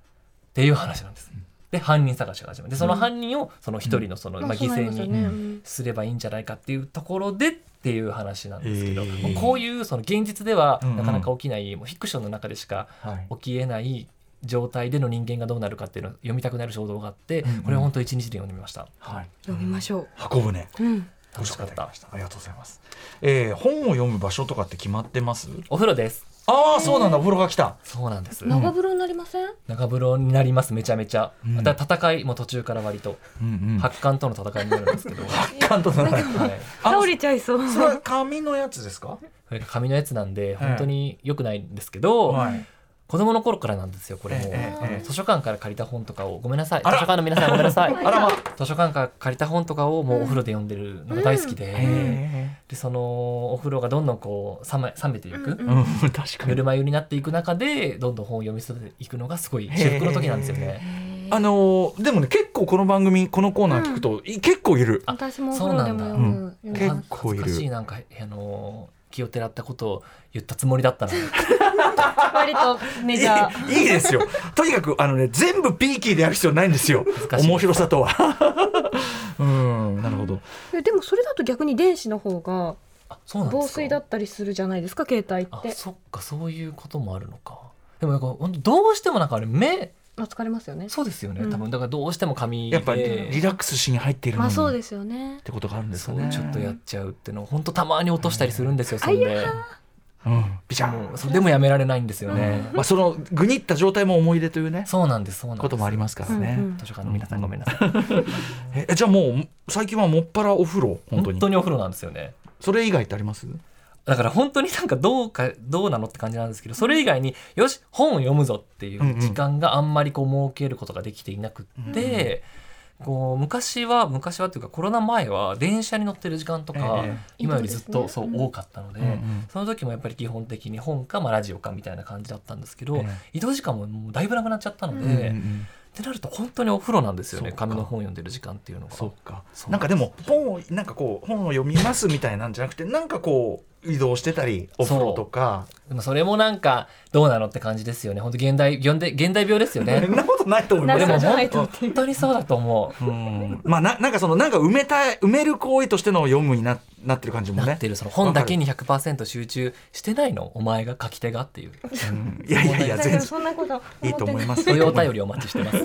Speaker 4: ていう話なんです。で犯人探しが始まるでその犯人をその1人のその、
Speaker 3: ま
Speaker 4: ま
Speaker 3: あ
Speaker 4: あ、
Speaker 3: そう
Speaker 4: 犠
Speaker 3: なり
Speaker 4: 牲
Speaker 3: ますよ
Speaker 4: に
Speaker 3: ね
Speaker 2: 犠牲
Speaker 4: すればいいんじゃないかっていうところでっていう話なんですけど、
Speaker 2: えー
Speaker 4: こういうその現実では
Speaker 2: うんうん
Speaker 4: なかなか起きない、もうフィクションの中でしか
Speaker 2: はい
Speaker 4: 起きえない状態での人間がどうなるかっていうのを読みたくなる衝動があって、
Speaker 2: うんうん
Speaker 4: これは本当一日で読んでみました
Speaker 2: はい
Speaker 3: 読みましょ
Speaker 2: 箱舟
Speaker 3: う、うん、
Speaker 4: 楽しかった
Speaker 2: ありがとうございます、えー、本を読む場所とかって決まってます
Speaker 4: お風呂です
Speaker 2: ああそうなんだお風呂が来た
Speaker 4: そうなんです
Speaker 3: 長風呂になりません、
Speaker 4: 長風呂になりますめちゃめちゃ、
Speaker 2: うん
Speaker 4: だから戦いも途中から割と
Speaker 2: うんうん
Speaker 4: 発汗との戦いになるんで すけど、はい、
Speaker 2: カントのない
Speaker 3: 倒れちゃいそう
Speaker 2: それは紙のやつですか
Speaker 4: これが紙のやつなんで本当に良くないんですけど、
Speaker 2: はい
Speaker 4: 子供の頃からなんですよこれも、
Speaker 2: ええええ
Speaker 4: あの図書館から借りた本とかをごめんなさい図
Speaker 2: あ
Speaker 4: 書
Speaker 2: ら
Speaker 4: 館の皆さんごめんなさい
Speaker 2: あらま
Speaker 4: 図書館から借りた本とかをもうお風呂で読んでるのが大好きで、
Speaker 2: え
Speaker 4: でそのお風呂がどんどんこう冷め冷めていく、
Speaker 3: うんうん
Speaker 2: うん確か
Speaker 4: ぬ
Speaker 2: に
Speaker 4: るま湯になっていく中でどんどん本を読み進めていくのがすごい至福の時なんですよね。
Speaker 2: あのーでもね結構この番組このコーナー聞くと、い結構いる
Speaker 3: 私もお風呂でも読む、
Speaker 2: ん
Speaker 3: 読みます
Speaker 2: 結構いる
Speaker 4: 恥ずかしいなんかあの気をてらったことを言ったつもりだったのに
Speaker 3: 割とメジャー
Speaker 2: いいいいですよとにかくあのね全部ピーキーでやる必要ないんですよ
Speaker 4: かしい
Speaker 2: 面白さとは うんなるほど
Speaker 3: えでもそれだと逆に電子の方が
Speaker 4: あそうなんですか
Speaker 3: 防水だったりするじゃないですか携帯っ
Speaker 4: あ
Speaker 3: て
Speaker 4: そっかそういうこともあるのか。でもなんか本当どうしてもなんかあれ目
Speaker 3: まあ疲れますよね
Speaker 4: そうですよね、
Speaker 3: うん
Speaker 4: 多分だからどうしても紙で
Speaker 2: やっぱりリラックスしに入っているの
Speaker 3: ま
Speaker 2: に
Speaker 3: あそう
Speaker 2: っ
Speaker 3: ですよね
Speaker 2: てことがあるんです
Speaker 4: そ
Speaker 2: か
Speaker 4: う
Speaker 2: ね
Speaker 4: ちょっとやっちゃうっての本当たまに落としたりするんですよ、そんで
Speaker 2: うんビシャン
Speaker 4: もうそれでもやめられないんですよね、
Speaker 2: まあ、そのぐにった状態も思い出というね
Speaker 4: そうなんですそうなんです
Speaker 2: こともありますからね、
Speaker 3: うんうん
Speaker 4: 図書館の皆さんごめんなさい、
Speaker 2: えじゃあもう最近はもっぱらお風呂本当
Speaker 4: 本
Speaker 2: に
Speaker 4: 当にお風呂なんですよね
Speaker 2: それ以外ってあります
Speaker 4: だから本当になんかどうかどうなのって感じなんですけどそれ以外によし本を読むぞってい
Speaker 2: んう
Speaker 4: うん時間があんまりこう設けることができていなくって、こう昔は昔はっていうかコロナ前は電車に乗ってる時間とか、
Speaker 2: ええ
Speaker 4: 今よりずっ
Speaker 3: 移動
Speaker 4: と
Speaker 3: です
Speaker 4: そ
Speaker 3: ね
Speaker 4: う
Speaker 3: うん
Speaker 4: 多かったので、
Speaker 2: うんうん
Speaker 4: その時もやっぱり基本的に本か、まあ、ラジオかみたいな感じだったんですけど、
Speaker 2: え
Speaker 4: 移動時間ももうだいぶなくなっちゃったので、
Speaker 3: うん
Speaker 2: うん
Speaker 4: っ
Speaker 2: うん
Speaker 4: てなると本当にお風呂なんですよね
Speaker 2: そうか
Speaker 4: 紙の本読んでる時間っていうのが。
Speaker 2: そうか
Speaker 4: そう
Speaker 2: なんかでも本をなんかこう本を読みますみたいなんじゃなくてなんかこう移動してたりお風呂とか
Speaker 4: でもそれもなんかどうなのって感じですよね本当現代現代現代病ですよ
Speaker 2: そ
Speaker 4: ね
Speaker 2: ん。なことないと思いま
Speaker 3: な
Speaker 2: す
Speaker 3: るほ
Speaker 4: でも
Speaker 3: ど
Speaker 2: よ
Speaker 3: じゃないと
Speaker 4: 本当にそうだと思う。
Speaker 2: うんまあななんかそのなんか埋めたい埋める行為としての読むにななってる感じも
Speaker 4: なっ
Speaker 2: ね
Speaker 4: てるその本だけに100%集中してないのお前が書き手がっていう
Speaker 2: うんいやいやいや
Speaker 3: だ
Speaker 2: 全
Speaker 3: か
Speaker 2: 然
Speaker 3: らそんなこと思って
Speaker 2: いいと思います
Speaker 4: そういうお便りお待ちして ます。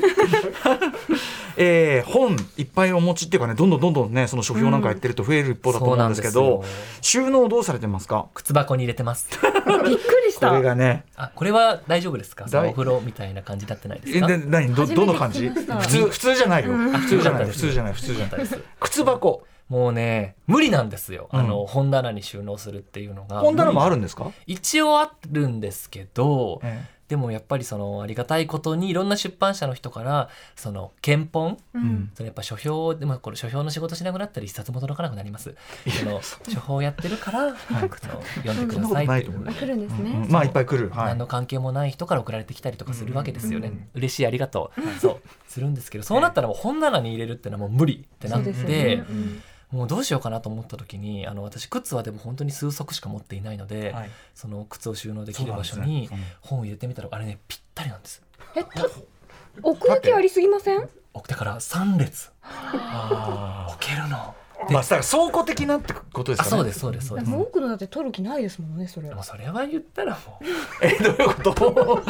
Speaker 2: えー本いっぱいお持ちっていうかねどんどんどんどんねその書評なんかやってると増える一方だと思うんですけ
Speaker 4: そう
Speaker 2: ど、
Speaker 4: なんですよ
Speaker 2: 収納どうされてますか
Speaker 4: 靴箱に入れてます。
Speaker 3: びっくりし
Speaker 2: こ
Speaker 3: た
Speaker 2: れがね
Speaker 4: あこれは大丈夫ですか？その
Speaker 2: 大
Speaker 4: お風呂みたいな感じになってないです
Speaker 2: え
Speaker 4: か？
Speaker 2: で何どどの感
Speaker 3: 初
Speaker 2: じ
Speaker 3: めて聞きま
Speaker 2: 普
Speaker 3: した
Speaker 2: 通普通じゃないよ普通じゃない
Speaker 4: よかったで
Speaker 2: 普
Speaker 4: す
Speaker 2: 通じゃない普通じゃ
Speaker 4: よか
Speaker 2: な
Speaker 4: った
Speaker 2: い
Speaker 4: です
Speaker 2: 靴箱
Speaker 4: もうね無理なんですよ。あの、
Speaker 2: うん
Speaker 4: 本棚に収納するっていうのが
Speaker 2: 本棚もあ
Speaker 4: る。
Speaker 2: るんですか
Speaker 4: 一応あるんですけど、
Speaker 2: え
Speaker 4: でもやっぱりそのありがたいことにいろんな出版社の人からその検本
Speaker 3: う
Speaker 2: え
Speaker 3: ん
Speaker 4: それやっぱ書評でもこれ書評の仕事しなくなったら一冊も届かなくなります。あの書評やってるから、あの読んでくださいって
Speaker 2: そ
Speaker 4: い
Speaker 2: んなことないと思う
Speaker 4: う
Speaker 3: あ。来るんですね、
Speaker 2: うんまあいっぱい来るは
Speaker 4: 何の
Speaker 2: い
Speaker 4: 関係もない人から送られてきたりとかするわけですよね、
Speaker 2: うんうんうん
Speaker 4: 嬉しいありがとう、そうするんですけどそうなったらもう本棚に入れるってのはもう無理ってなっ
Speaker 3: そう
Speaker 4: て、
Speaker 3: ですよね、
Speaker 4: もうどうしようかなと思った時にあの私靴はでも本当に数足しか持っていないので、
Speaker 2: はい
Speaker 4: その靴を収納できる場所に
Speaker 2: そうなんですね
Speaker 4: 本を入れてみたらあれねぴったりなんです
Speaker 3: えた奥行きありすぎません
Speaker 4: 奥だから3列
Speaker 2: あ
Speaker 4: 置けるの
Speaker 2: ーまあ、だから倉庫的なってことです
Speaker 4: あ
Speaker 2: かね。
Speaker 4: そうですそうですそうです、
Speaker 3: 文句のだって取る気ないですもんねそれ
Speaker 4: もうそれは言ったらもう
Speaker 2: え、どういうこと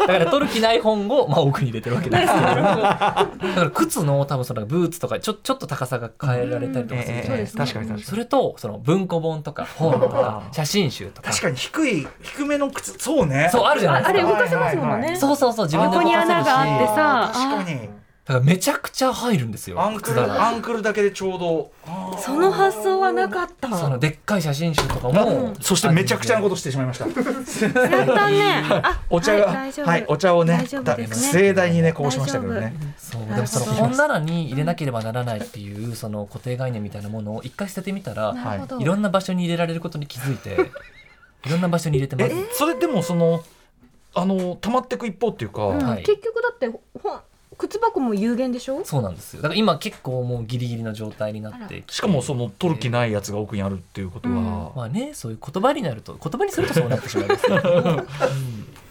Speaker 4: だから取る気ない本を、まあ、奥に入れてるわけなんですけどだから靴の多分そのブーツとかちょちょっと高さが変えられたりとかするじゃないですか、
Speaker 3: えええ
Speaker 2: 確
Speaker 3: え
Speaker 2: かに確か
Speaker 4: そ
Speaker 2: に。
Speaker 4: れとその文庫本とか本とか写真集とか
Speaker 2: 確かに低い、低めの靴、そうね。
Speaker 4: そうあるじゃないで
Speaker 3: あ
Speaker 4: す
Speaker 3: れ
Speaker 4: か
Speaker 3: 動かせますもんね
Speaker 4: そうそうそう自分で
Speaker 3: こ
Speaker 4: 動
Speaker 3: こに
Speaker 4: かせ
Speaker 3: 穴
Speaker 4: るし
Speaker 3: があってさ
Speaker 2: あー確かに。
Speaker 4: だからめちゃくちゃ入るんですよ
Speaker 2: アンク
Speaker 4: 靴だ
Speaker 2: ル、ア
Speaker 4: が
Speaker 2: ンクルだけでちょうど。あー
Speaker 3: その発想はなかった
Speaker 4: その
Speaker 3: や
Speaker 4: でっかい写真集とかも
Speaker 2: そしてめちゃくちゃなことしてしまいました。
Speaker 3: った ねあ
Speaker 2: お茶が、
Speaker 3: は
Speaker 2: はい
Speaker 3: い大丈夫
Speaker 2: お茶をね
Speaker 3: 大丈夫ですね
Speaker 2: 盛大にねこうしましたけど
Speaker 3: 大
Speaker 2: ね
Speaker 3: 丈。
Speaker 4: そう
Speaker 3: な
Speaker 4: で
Speaker 3: るほ
Speaker 4: もそ
Speaker 3: ど
Speaker 4: の本棚に入れなければならないっていうその固定概念みたいなものを一回捨ててみたら
Speaker 3: なるほど
Speaker 4: いろんな場所に入れられることに気づいていろんな場所に入れてま
Speaker 2: え
Speaker 4: す
Speaker 2: それでもそのあの溜まっていく一方っていうか、
Speaker 3: うん
Speaker 4: はい
Speaker 3: 結局だってほん靴箱も有限でしょ
Speaker 4: そうなんですよだから今結構もうギリギリの状態になって
Speaker 2: しかもその取る気ないやつが奥にあるっていうことは、
Speaker 3: うん
Speaker 4: まあねそういう言葉になると言葉にするとそうなってしまいますね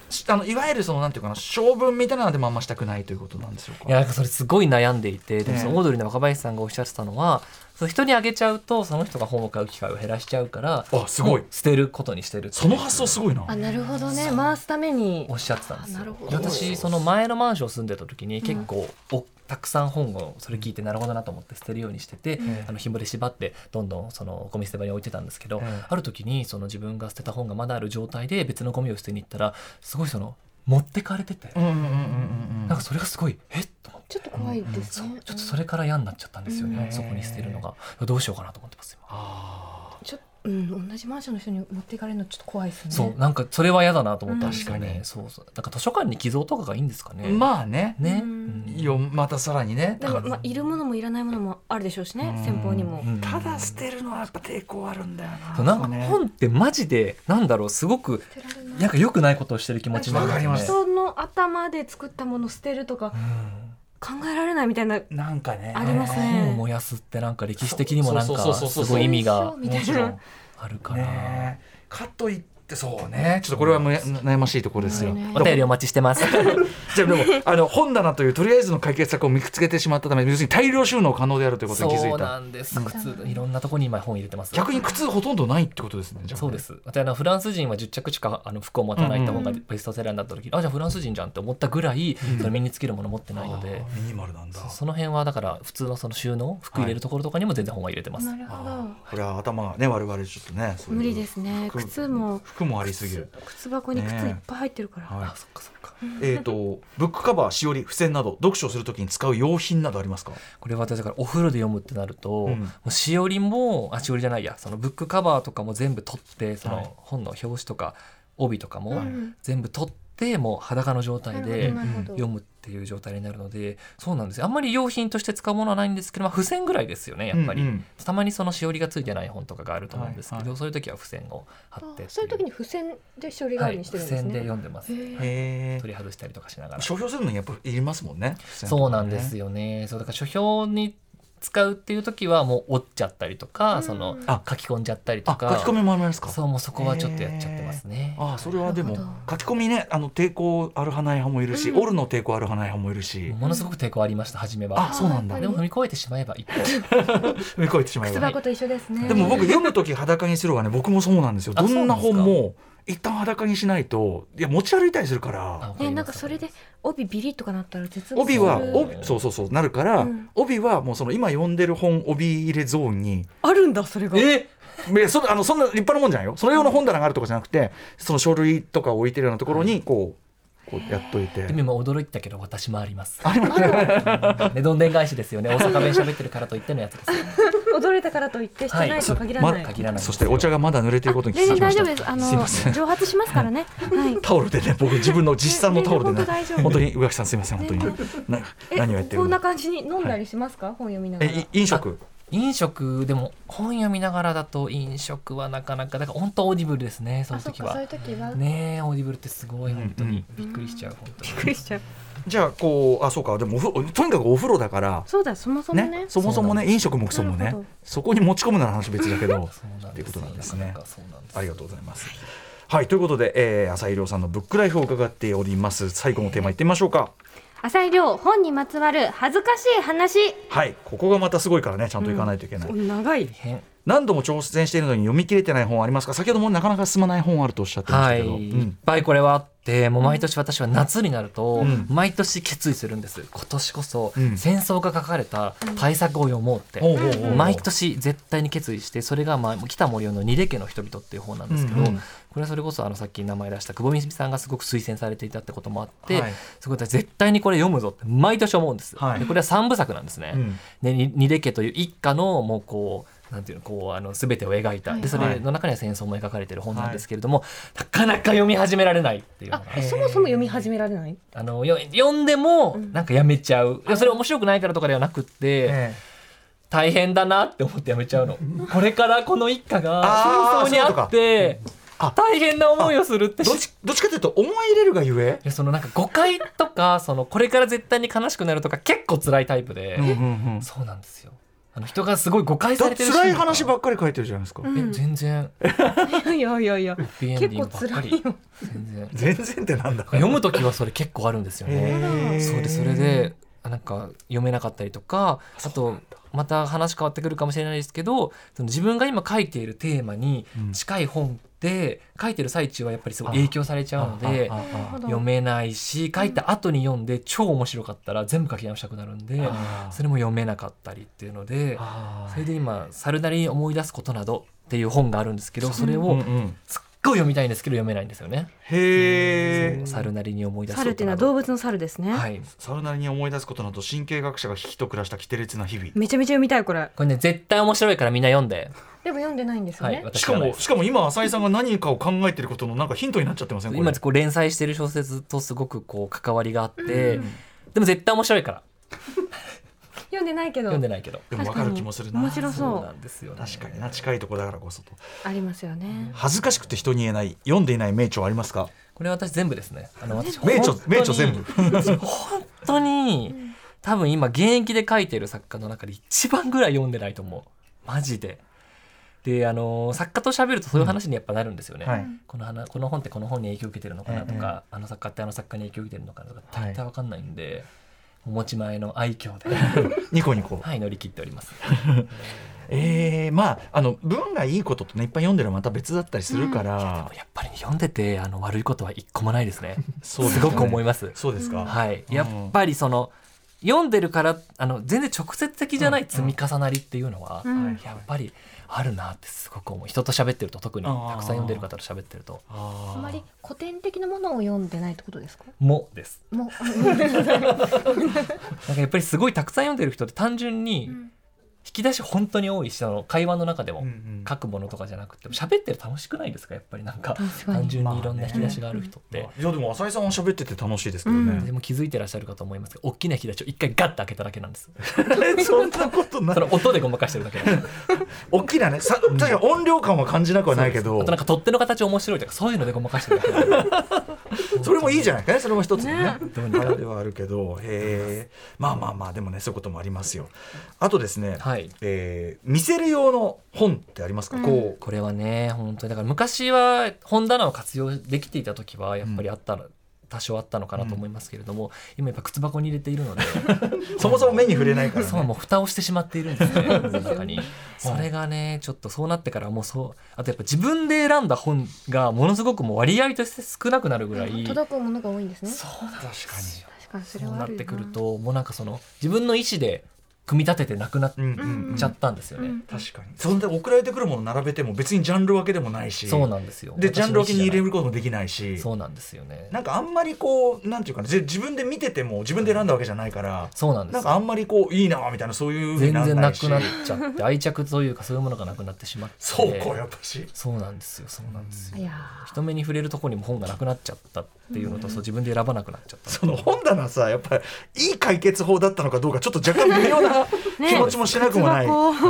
Speaker 2: しあのいわゆるそのなんていうかな性分みたいなのでもあんましたくないということなんでしょう
Speaker 4: いや
Speaker 2: か。
Speaker 4: なんかそれすごい悩んでいてでもそ
Speaker 2: ええ
Speaker 4: のオードリーの若林さんがおっしゃってたのは、その人にあげちゃうとその人が本を買う機会を減らしちゃうから
Speaker 2: あすごい
Speaker 4: もう捨てることにしてるっていう
Speaker 2: その発想すごいな。
Speaker 3: あなるほどね回すために
Speaker 4: おっしゃってたんです
Speaker 3: あなる
Speaker 4: よ
Speaker 3: ほど
Speaker 4: で私その前のマンション住んでた時に結構おたくさん本をそれ聞いてなるほどなと思って捨てるようにしてて、
Speaker 2: ん
Speaker 4: あの紐で縛ってどんどんそのゴミ捨て場に置いてたんですけど、
Speaker 2: うん
Speaker 4: ある時にその自分が捨てた本がまだある状態で別のゴミを捨てに行ったらすごいその持ってかれてて、
Speaker 2: うんうんうんうんうん。
Speaker 4: なんかそれがすごいえっと思って。
Speaker 3: ちょっと怖いです
Speaker 4: そう
Speaker 3: ね
Speaker 4: ちょっとそれから嫌になっちゃったんですよね、
Speaker 2: うん
Speaker 4: そこに捨てるのがどうしようかなと思ってます今、
Speaker 2: あ
Speaker 3: ちょうん同じマンションの人に持っていかれるのちょっと怖いですね
Speaker 4: そうなんかそれは嫌だなと思ったんですよ
Speaker 2: うん確か
Speaker 4: ね、
Speaker 2: に
Speaker 4: そうそうだから図書館に寄贈とかがいいんですかね
Speaker 2: ーまあね。
Speaker 4: ね、
Speaker 3: うん
Speaker 4: うん
Speaker 2: よまたさらにね。
Speaker 3: でも、まあ、いるものもいらないものもあるでしょうしね
Speaker 2: うん
Speaker 3: 先方にも
Speaker 4: うん
Speaker 2: ただ捨てるのはやっぱ抵抗あるんだよな。
Speaker 4: そうなん
Speaker 2: そ
Speaker 4: か
Speaker 2: うね
Speaker 4: 本ってマジでなんだろうすごく
Speaker 3: 捨てられない
Speaker 4: なんか良くないことをしてる気持ちになるよね
Speaker 2: わかります
Speaker 3: 人の頭で作ったもの捨てるとか
Speaker 4: うん
Speaker 3: 考えられないみたいな
Speaker 2: なんかね。
Speaker 3: ありますね
Speaker 4: 本を燃やすってなんか歴史的にもなん
Speaker 2: そう
Speaker 4: か
Speaker 2: そうそうそうそう
Speaker 4: すごい意味が
Speaker 3: みたいな
Speaker 4: もちろんあるから、
Speaker 2: ねえかといってそうねちょっとこれはむや悩ましいところですよ。
Speaker 3: ね
Speaker 4: お便りお待ちしてます。
Speaker 2: じゃあでも あの本棚というとりあえずの解決策を見つけてしまったため要するに大量収納可能であるということに気づ
Speaker 4: そう
Speaker 2: い
Speaker 4: な
Speaker 2: た。
Speaker 4: んです。靴いろんなとこに今本入れてます。
Speaker 2: 逆に靴ほとんどないってことですね。じゃあ
Speaker 4: そうです。あとあのフランス人は10着しかあの服を持たないって本がベストセラーになった時、あじゃあフランス人じゃんって思ったぐらい、その身につけるもの持ってないので
Speaker 2: あ。ーミニマルなんだ。
Speaker 4: その辺はだから普通のその収納服入れるところとかにも全然本は入れてます、
Speaker 3: なるほど
Speaker 2: これは頭がね我々ちょっとねそういう
Speaker 3: 無理ですね
Speaker 2: 服
Speaker 3: 靴も
Speaker 2: 服もありすぎる。
Speaker 3: 靴箱に靴
Speaker 2: ねえ
Speaker 3: いっぱい入ってるから、
Speaker 2: はい
Speaker 4: あそっかそっか
Speaker 2: えっとブックカバーしおり付箋など読書をするときに使う用品などありますか。
Speaker 4: これは私だからお風呂で読むってなると、
Speaker 2: うん
Speaker 4: もうしおりもあしおりじゃないやそのブックカバーとかも全部取ってそ
Speaker 2: はい
Speaker 4: の本の表紙とか帯とかも
Speaker 3: ん
Speaker 4: 全部取ってもう裸の状態で
Speaker 3: なるほど
Speaker 4: 読むっていう状態になるのでそうなんですよあんまり用品として使うものはないんですけど、まあ、付箋ぐらいですよねやっぱり、
Speaker 2: うんうん
Speaker 4: たまにそのしおりがついてない本とかがあると思うんですけど、
Speaker 2: はいは
Speaker 4: そういう時は付箋を貼ってってい
Speaker 3: あそういう時に付箋で処理代わ
Speaker 4: は
Speaker 3: り
Speaker 4: い
Speaker 3: にして
Speaker 4: 付
Speaker 3: るんです
Speaker 4: 箋で
Speaker 3: ね、
Speaker 4: 読んでます、
Speaker 3: へえ
Speaker 4: はい
Speaker 2: へえ。
Speaker 4: 取り外したりとかしながら
Speaker 2: 書評するのにやっぱりいりますもんね。
Speaker 4: そうなんです
Speaker 2: よ。
Speaker 4: よね。そうだから書評に使うっていう時はもう折っちゃったりとか、
Speaker 3: うん
Speaker 4: その
Speaker 2: あ
Speaker 4: 書き込んじゃったりと
Speaker 2: あ
Speaker 4: か、
Speaker 2: 書き込みもありますか。
Speaker 4: そうもうそこはちょっとやっちゃってますね。
Speaker 2: ああそれはでも
Speaker 3: なるほ
Speaker 2: 書き込みねあの抵抗ある派ない派もいるし、
Speaker 3: うん
Speaker 2: 折るの抵抗ある派ない派もいるし、
Speaker 4: ものすごく抵抗ありました初め
Speaker 2: あ
Speaker 4: は。
Speaker 2: そうなんだ
Speaker 3: あ
Speaker 4: でも踏み越えてしまえば一歩。
Speaker 2: 踏み越えてしまえ
Speaker 3: 靴
Speaker 2: ば
Speaker 3: 箱と一緒ですね
Speaker 2: でも僕読む時裸にするはね僕もそうなんですよ
Speaker 4: あ
Speaker 2: どんな
Speaker 4: そう
Speaker 2: 本
Speaker 4: なんですか
Speaker 2: も一旦裸にしないといや持ち歩いたりするから
Speaker 3: ねなんかそれで帯ビリッとかなったら絶望す
Speaker 2: 帯
Speaker 3: る
Speaker 2: は
Speaker 4: そう
Speaker 2: 帯そうそうそうなるから、
Speaker 3: うん
Speaker 2: 帯はもうその今読んでる本帯入れゾーンに
Speaker 3: あるんだそれが
Speaker 4: え
Speaker 2: いやそあのそんな立派なもんじゃないよそのような本棚があるとかじゃなくてその書類とか置いてるようなところにこう,、こうやっといて
Speaker 4: でも今驚いたけど私もあります。
Speaker 2: ありますね
Speaker 4: ねどんでん返しですよね。大阪弁喋ってるからといってのやつですよね。
Speaker 3: 踊れたからといってしてないとは限ら
Speaker 2: ま
Speaker 3: ない、
Speaker 4: 限らない。
Speaker 2: そしてお茶がまだ濡れていることに気づ
Speaker 3: 全然
Speaker 2: きま
Speaker 3: 大
Speaker 2: した
Speaker 3: 丈夫ですあ
Speaker 2: すいません
Speaker 3: の蒸発しますから ねはい
Speaker 2: タオルでね僕自分の実際のタオルで
Speaker 3: 全
Speaker 2: ね
Speaker 3: 然本当大丈夫
Speaker 2: 本当に宇垣さんすいません本当にな
Speaker 3: え
Speaker 2: 何をやってる
Speaker 3: こんな
Speaker 2: の
Speaker 3: 感じに飲んだりしますか、本読みなが
Speaker 2: え
Speaker 3: ら
Speaker 2: い飲食
Speaker 4: 飲食でも本読みながらだと飲食はなかなかだから本当オーディブルですね。その時
Speaker 3: あそ
Speaker 4: は
Speaker 3: うかそういう時は、
Speaker 4: ねえオーディブルってすごい本当に、
Speaker 2: うん
Speaker 4: びっくりしちゃう本当に
Speaker 3: びっくりしちゃう
Speaker 2: じゃあこうあそうかでもお風呂とにかくお風呂だから
Speaker 3: そうだそもそもね
Speaker 2: ね、そもそもね飲食もクソもね
Speaker 3: なるほど
Speaker 2: そこに持ち込むなら話別だけど
Speaker 4: そうなんですよ
Speaker 2: っていうことなんですね
Speaker 4: なかなかそうなんです
Speaker 2: ありがとうございますはいということで、えー、浅井亮さんのブックライフを伺っております最後のテーマいってみましょうか
Speaker 3: 浅井亮本にまつわる恥ずかしい話
Speaker 2: はいここがまたすごいからねちゃんと行かないといけない、
Speaker 3: 長い
Speaker 4: 大変
Speaker 2: 何度も挑戦しているのに読み切れてない本はありますか先ほどもなかなか進まない本あるとおっしゃってまし
Speaker 4: は
Speaker 2: た
Speaker 4: い、
Speaker 2: けど、う
Speaker 4: いっ
Speaker 2: ん
Speaker 4: ぱいこれはあってもう毎年私は夏になると、
Speaker 2: うん
Speaker 4: 毎年決意するんです今年こそ
Speaker 2: うん
Speaker 4: 戦争が書かれた対策を読もうって、
Speaker 2: おうおうおう
Speaker 4: 毎年絶対に決意してそれが、まあ、北森夫の「二で家の人々」っていう本なんですけど、
Speaker 2: うんうん
Speaker 4: これはそれこそあのさっき名前出した久保美さんがすごく推薦されていたってこともあって、
Speaker 2: はい
Speaker 4: そこで絶対にこれ読むぞって毎年思うんです、
Speaker 2: はい
Speaker 4: でこれは三部作なんですね。
Speaker 2: うん
Speaker 4: ね、にニレ家という一家のもうこうなんていうのこうあの全てを描いた、
Speaker 3: はい
Speaker 4: でそ
Speaker 2: はい
Speaker 4: れの中には戦争も描かれている本なんですけれども、なかなか読み始められないっていうのが
Speaker 3: あそもそも読み始められない
Speaker 4: あのよ読んでも
Speaker 3: ん
Speaker 4: なんかやめちゃう、いやそれ面白くないからとかではなくって、
Speaker 2: え
Speaker 4: 大変だなって思ってやめちゃうのこれからこの一家
Speaker 2: あー
Speaker 4: が戦争にあって
Speaker 2: あ
Speaker 4: 大変な 思いをするって
Speaker 2: えどっちどっちかというと思い入れるがゆえ
Speaker 4: いやそのなんか誤解とかそのこれから絶対に悲しくなるとか結構辛いタイプで、そうなんですよあの人がすごい誤解さ
Speaker 2: だ
Speaker 4: れてるシーンとか
Speaker 2: 辛い話ばっかり書いてるじゃないですか、
Speaker 3: うん
Speaker 4: え全然
Speaker 3: いやいやいや
Speaker 4: ハッピーエンディングばっかり
Speaker 3: 結構
Speaker 4: 全
Speaker 2: 全
Speaker 4: 然
Speaker 2: 然ってなんだ
Speaker 4: 読む時はそれ結構あるんですよね、
Speaker 2: へー
Speaker 4: そうでそれであなんか読めなかったりとかあとまた話変わってくるかもしれないですけどその自分が今書いているテーマに
Speaker 2: うん
Speaker 4: 近い本で書いてる最中はやっぱりすごい影響されちゃうので
Speaker 2: ああああ
Speaker 4: 読めないし書いた後に読んで超面白かったら全部書き直したくなるんで
Speaker 2: あ
Speaker 4: それも読めなかったりっていうので
Speaker 2: あ
Speaker 4: それで今「猿なりに思い出すことなど」っていう本があるんですけどそれ
Speaker 2: うん
Speaker 4: を
Speaker 2: うん
Speaker 4: すっごい読みたいんですけど読めないんですよね。
Speaker 2: へえ
Speaker 4: 猿なりに思い出すこと
Speaker 3: 猿
Speaker 4: など
Speaker 3: っていうのは動物の猿ですね、
Speaker 4: はい。
Speaker 2: サウナに思い出すことなど神経学者が引きと暮らしたキテレツな日々
Speaker 3: めちゃめちゃ読みたいこれ
Speaker 4: これね絶対面白いからみんな読んで。
Speaker 3: でも読んでないんですよね、
Speaker 4: はい
Speaker 2: しかもしかも今浅井さんが何かを考えてることのなんかヒントになっちゃってませんこれ
Speaker 4: 今こう連載してる小説とすごくこう関わりがあって、でも絶対面白いから
Speaker 3: 読んでないけど
Speaker 4: 読んでないけど。
Speaker 2: でも分かる気もするな
Speaker 3: 確かに面白そう
Speaker 4: なんですよね。
Speaker 2: 確かにな近いとこだからこそと
Speaker 3: ありますよね
Speaker 2: 恥ずかしくて人に言えない読んでいない名著はありますか
Speaker 4: これ私全部ですね。あの私
Speaker 2: 名著
Speaker 4: 本当に
Speaker 2: 名著全部
Speaker 4: 本当に多分今現役で書いてる作家の中で一番ぐらい読んでないと思う。マジで。であの作家と喋るとそういう話にやっぱなるんですよね。
Speaker 2: はい
Speaker 4: この花この本ってこの本に影響を受けてるのかなとか、あの作家ってあの作家に影響を受けてるのかなとか大体わかんないんで、お持ち前の愛嬌 で
Speaker 2: ニコニコ
Speaker 4: はい乗り切っております。
Speaker 2: えー、まああの文がいいこととねいっぱい読んでるのはまた別だったりするから、
Speaker 4: やっぱり読んでてあの悪いことは一個もないですね。
Speaker 2: そうです
Speaker 4: す
Speaker 2: よね
Speaker 4: ごく思います。
Speaker 2: そうですか、
Speaker 4: はい、
Speaker 2: うん
Speaker 4: やっぱりその読んでるからあの全然直接的じゃない積み重なりっていうのは、
Speaker 3: うん
Speaker 2: はい
Speaker 4: やっぱりあるなってすごく思う人と喋ってると特に
Speaker 2: あ
Speaker 4: た
Speaker 2: ー
Speaker 4: くさん読んでる方と喋ってると
Speaker 2: あ
Speaker 3: あ
Speaker 2: ー
Speaker 3: まり古典的なものを読んでないってことですか
Speaker 4: 「も」です
Speaker 3: もう
Speaker 4: なんかやっぱりすごいたくさん読んでる人って単純に
Speaker 3: ん
Speaker 4: 引き出し本当に多いしその会話の中でも
Speaker 2: うんうん
Speaker 4: 書くものとかじゃなくても喋ってる楽しくないですかやっぱりなんか
Speaker 3: 確かに
Speaker 4: 単純にいろんな引き出しがある人って。
Speaker 2: いやでも浅井さんは喋ってて楽しいですけど
Speaker 3: うん
Speaker 4: で
Speaker 2: ね、
Speaker 4: も気づいてらっしゃるかと思いますけど大きな引き出しを一回ガッと開けただけなんです
Speaker 2: そんなことない
Speaker 4: その音でごまかしてるだけなんです
Speaker 2: 大きなねさ確かに音量感は感じなくはないけ
Speaker 4: あ
Speaker 2: ど
Speaker 4: となんか取っ手の形面白いとかそういうのでごまかしてるだけなんで
Speaker 2: それもいいじゃないかねそれも一つのね
Speaker 4: どうにか
Speaker 2: あれではあるけどへえまあまあまあでもねそういうこともありますよあとですね、
Speaker 4: はい
Speaker 2: えー見せる用の本ってありますか、こう
Speaker 4: これはね本当にだから昔は本棚を活用できていた時はやっぱりあったら、多少あったのかなと思いますけれども、今やっぱ靴箱に入れているので
Speaker 2: そもそも目に触れないから、ね、
Speaker 4: そうもう蓋をしてしまっているんですね世の中に
Speaker 2: そう
Speaker 4: それがねちょっとそうなってからもうそうあとやっぱ自分で選んだ本がものすごくもう割合として少なくなるぐらい
Speaker 3: 届くものが多いんですね
Speaker 4: そうなんですよ
Speaker 2: 確かに
Speaker 3: 確かにそれ
Speaker 4: そう
Speaker 3: はあ
Speaker 4: なっ
Speaker 3: るよ
Speaker 4: てくるともうなんかその自分の意思で組み立ててなくなっ
Speaker 2: うんうんうん、
Speaker 4: ちゃったんですよね、
Speaker 2: 確かにそんで送られてくるもの並べても別にジャンル分けでもないし
Speaker 4: そうなんですよ
Speaker 2: でジャンル分けに入れ
Speaker 4: る
Speaker 2: ることもできないし
Speaker 4: そうなんですよね
Speaker 2: なんかあんまりこうなんていうかなぜ自分で見てても自分で選んだわけじゃないから
Speaker 4: そうなんです
Speaker 2: なん
Speaker 4: よ
Speaker 2: かあんまりこういいなみたいなそういう風に
Speaker 4: 全
Speaker 2: ら
Speaker 4: 然
Speaker 2: な
Speaker 4: ない
Speaker 2: し
Speaker 4: くなっちゃって愛着というかそういうものがなくなってしまって
Speaker 2: そうかやっぱし
Speaker 4: そうなんですよそうなんです
Speaker 3: い
Speaker 4: よ
Speaker 3: や
Speaker 4: 人目に触れるところにも本がなくなっちゃったっていうのとそう自分で選ばなくなっちゃった
Speaker 2: その本棚さやっぱりいい解決法だったのかどうかちょっと若干微妙な
Speaker 3: ね
Speaker 2: 気持ちもしなくもない、
Speaker 3: 靴
Speaker 2: う
Speaker 3: 箱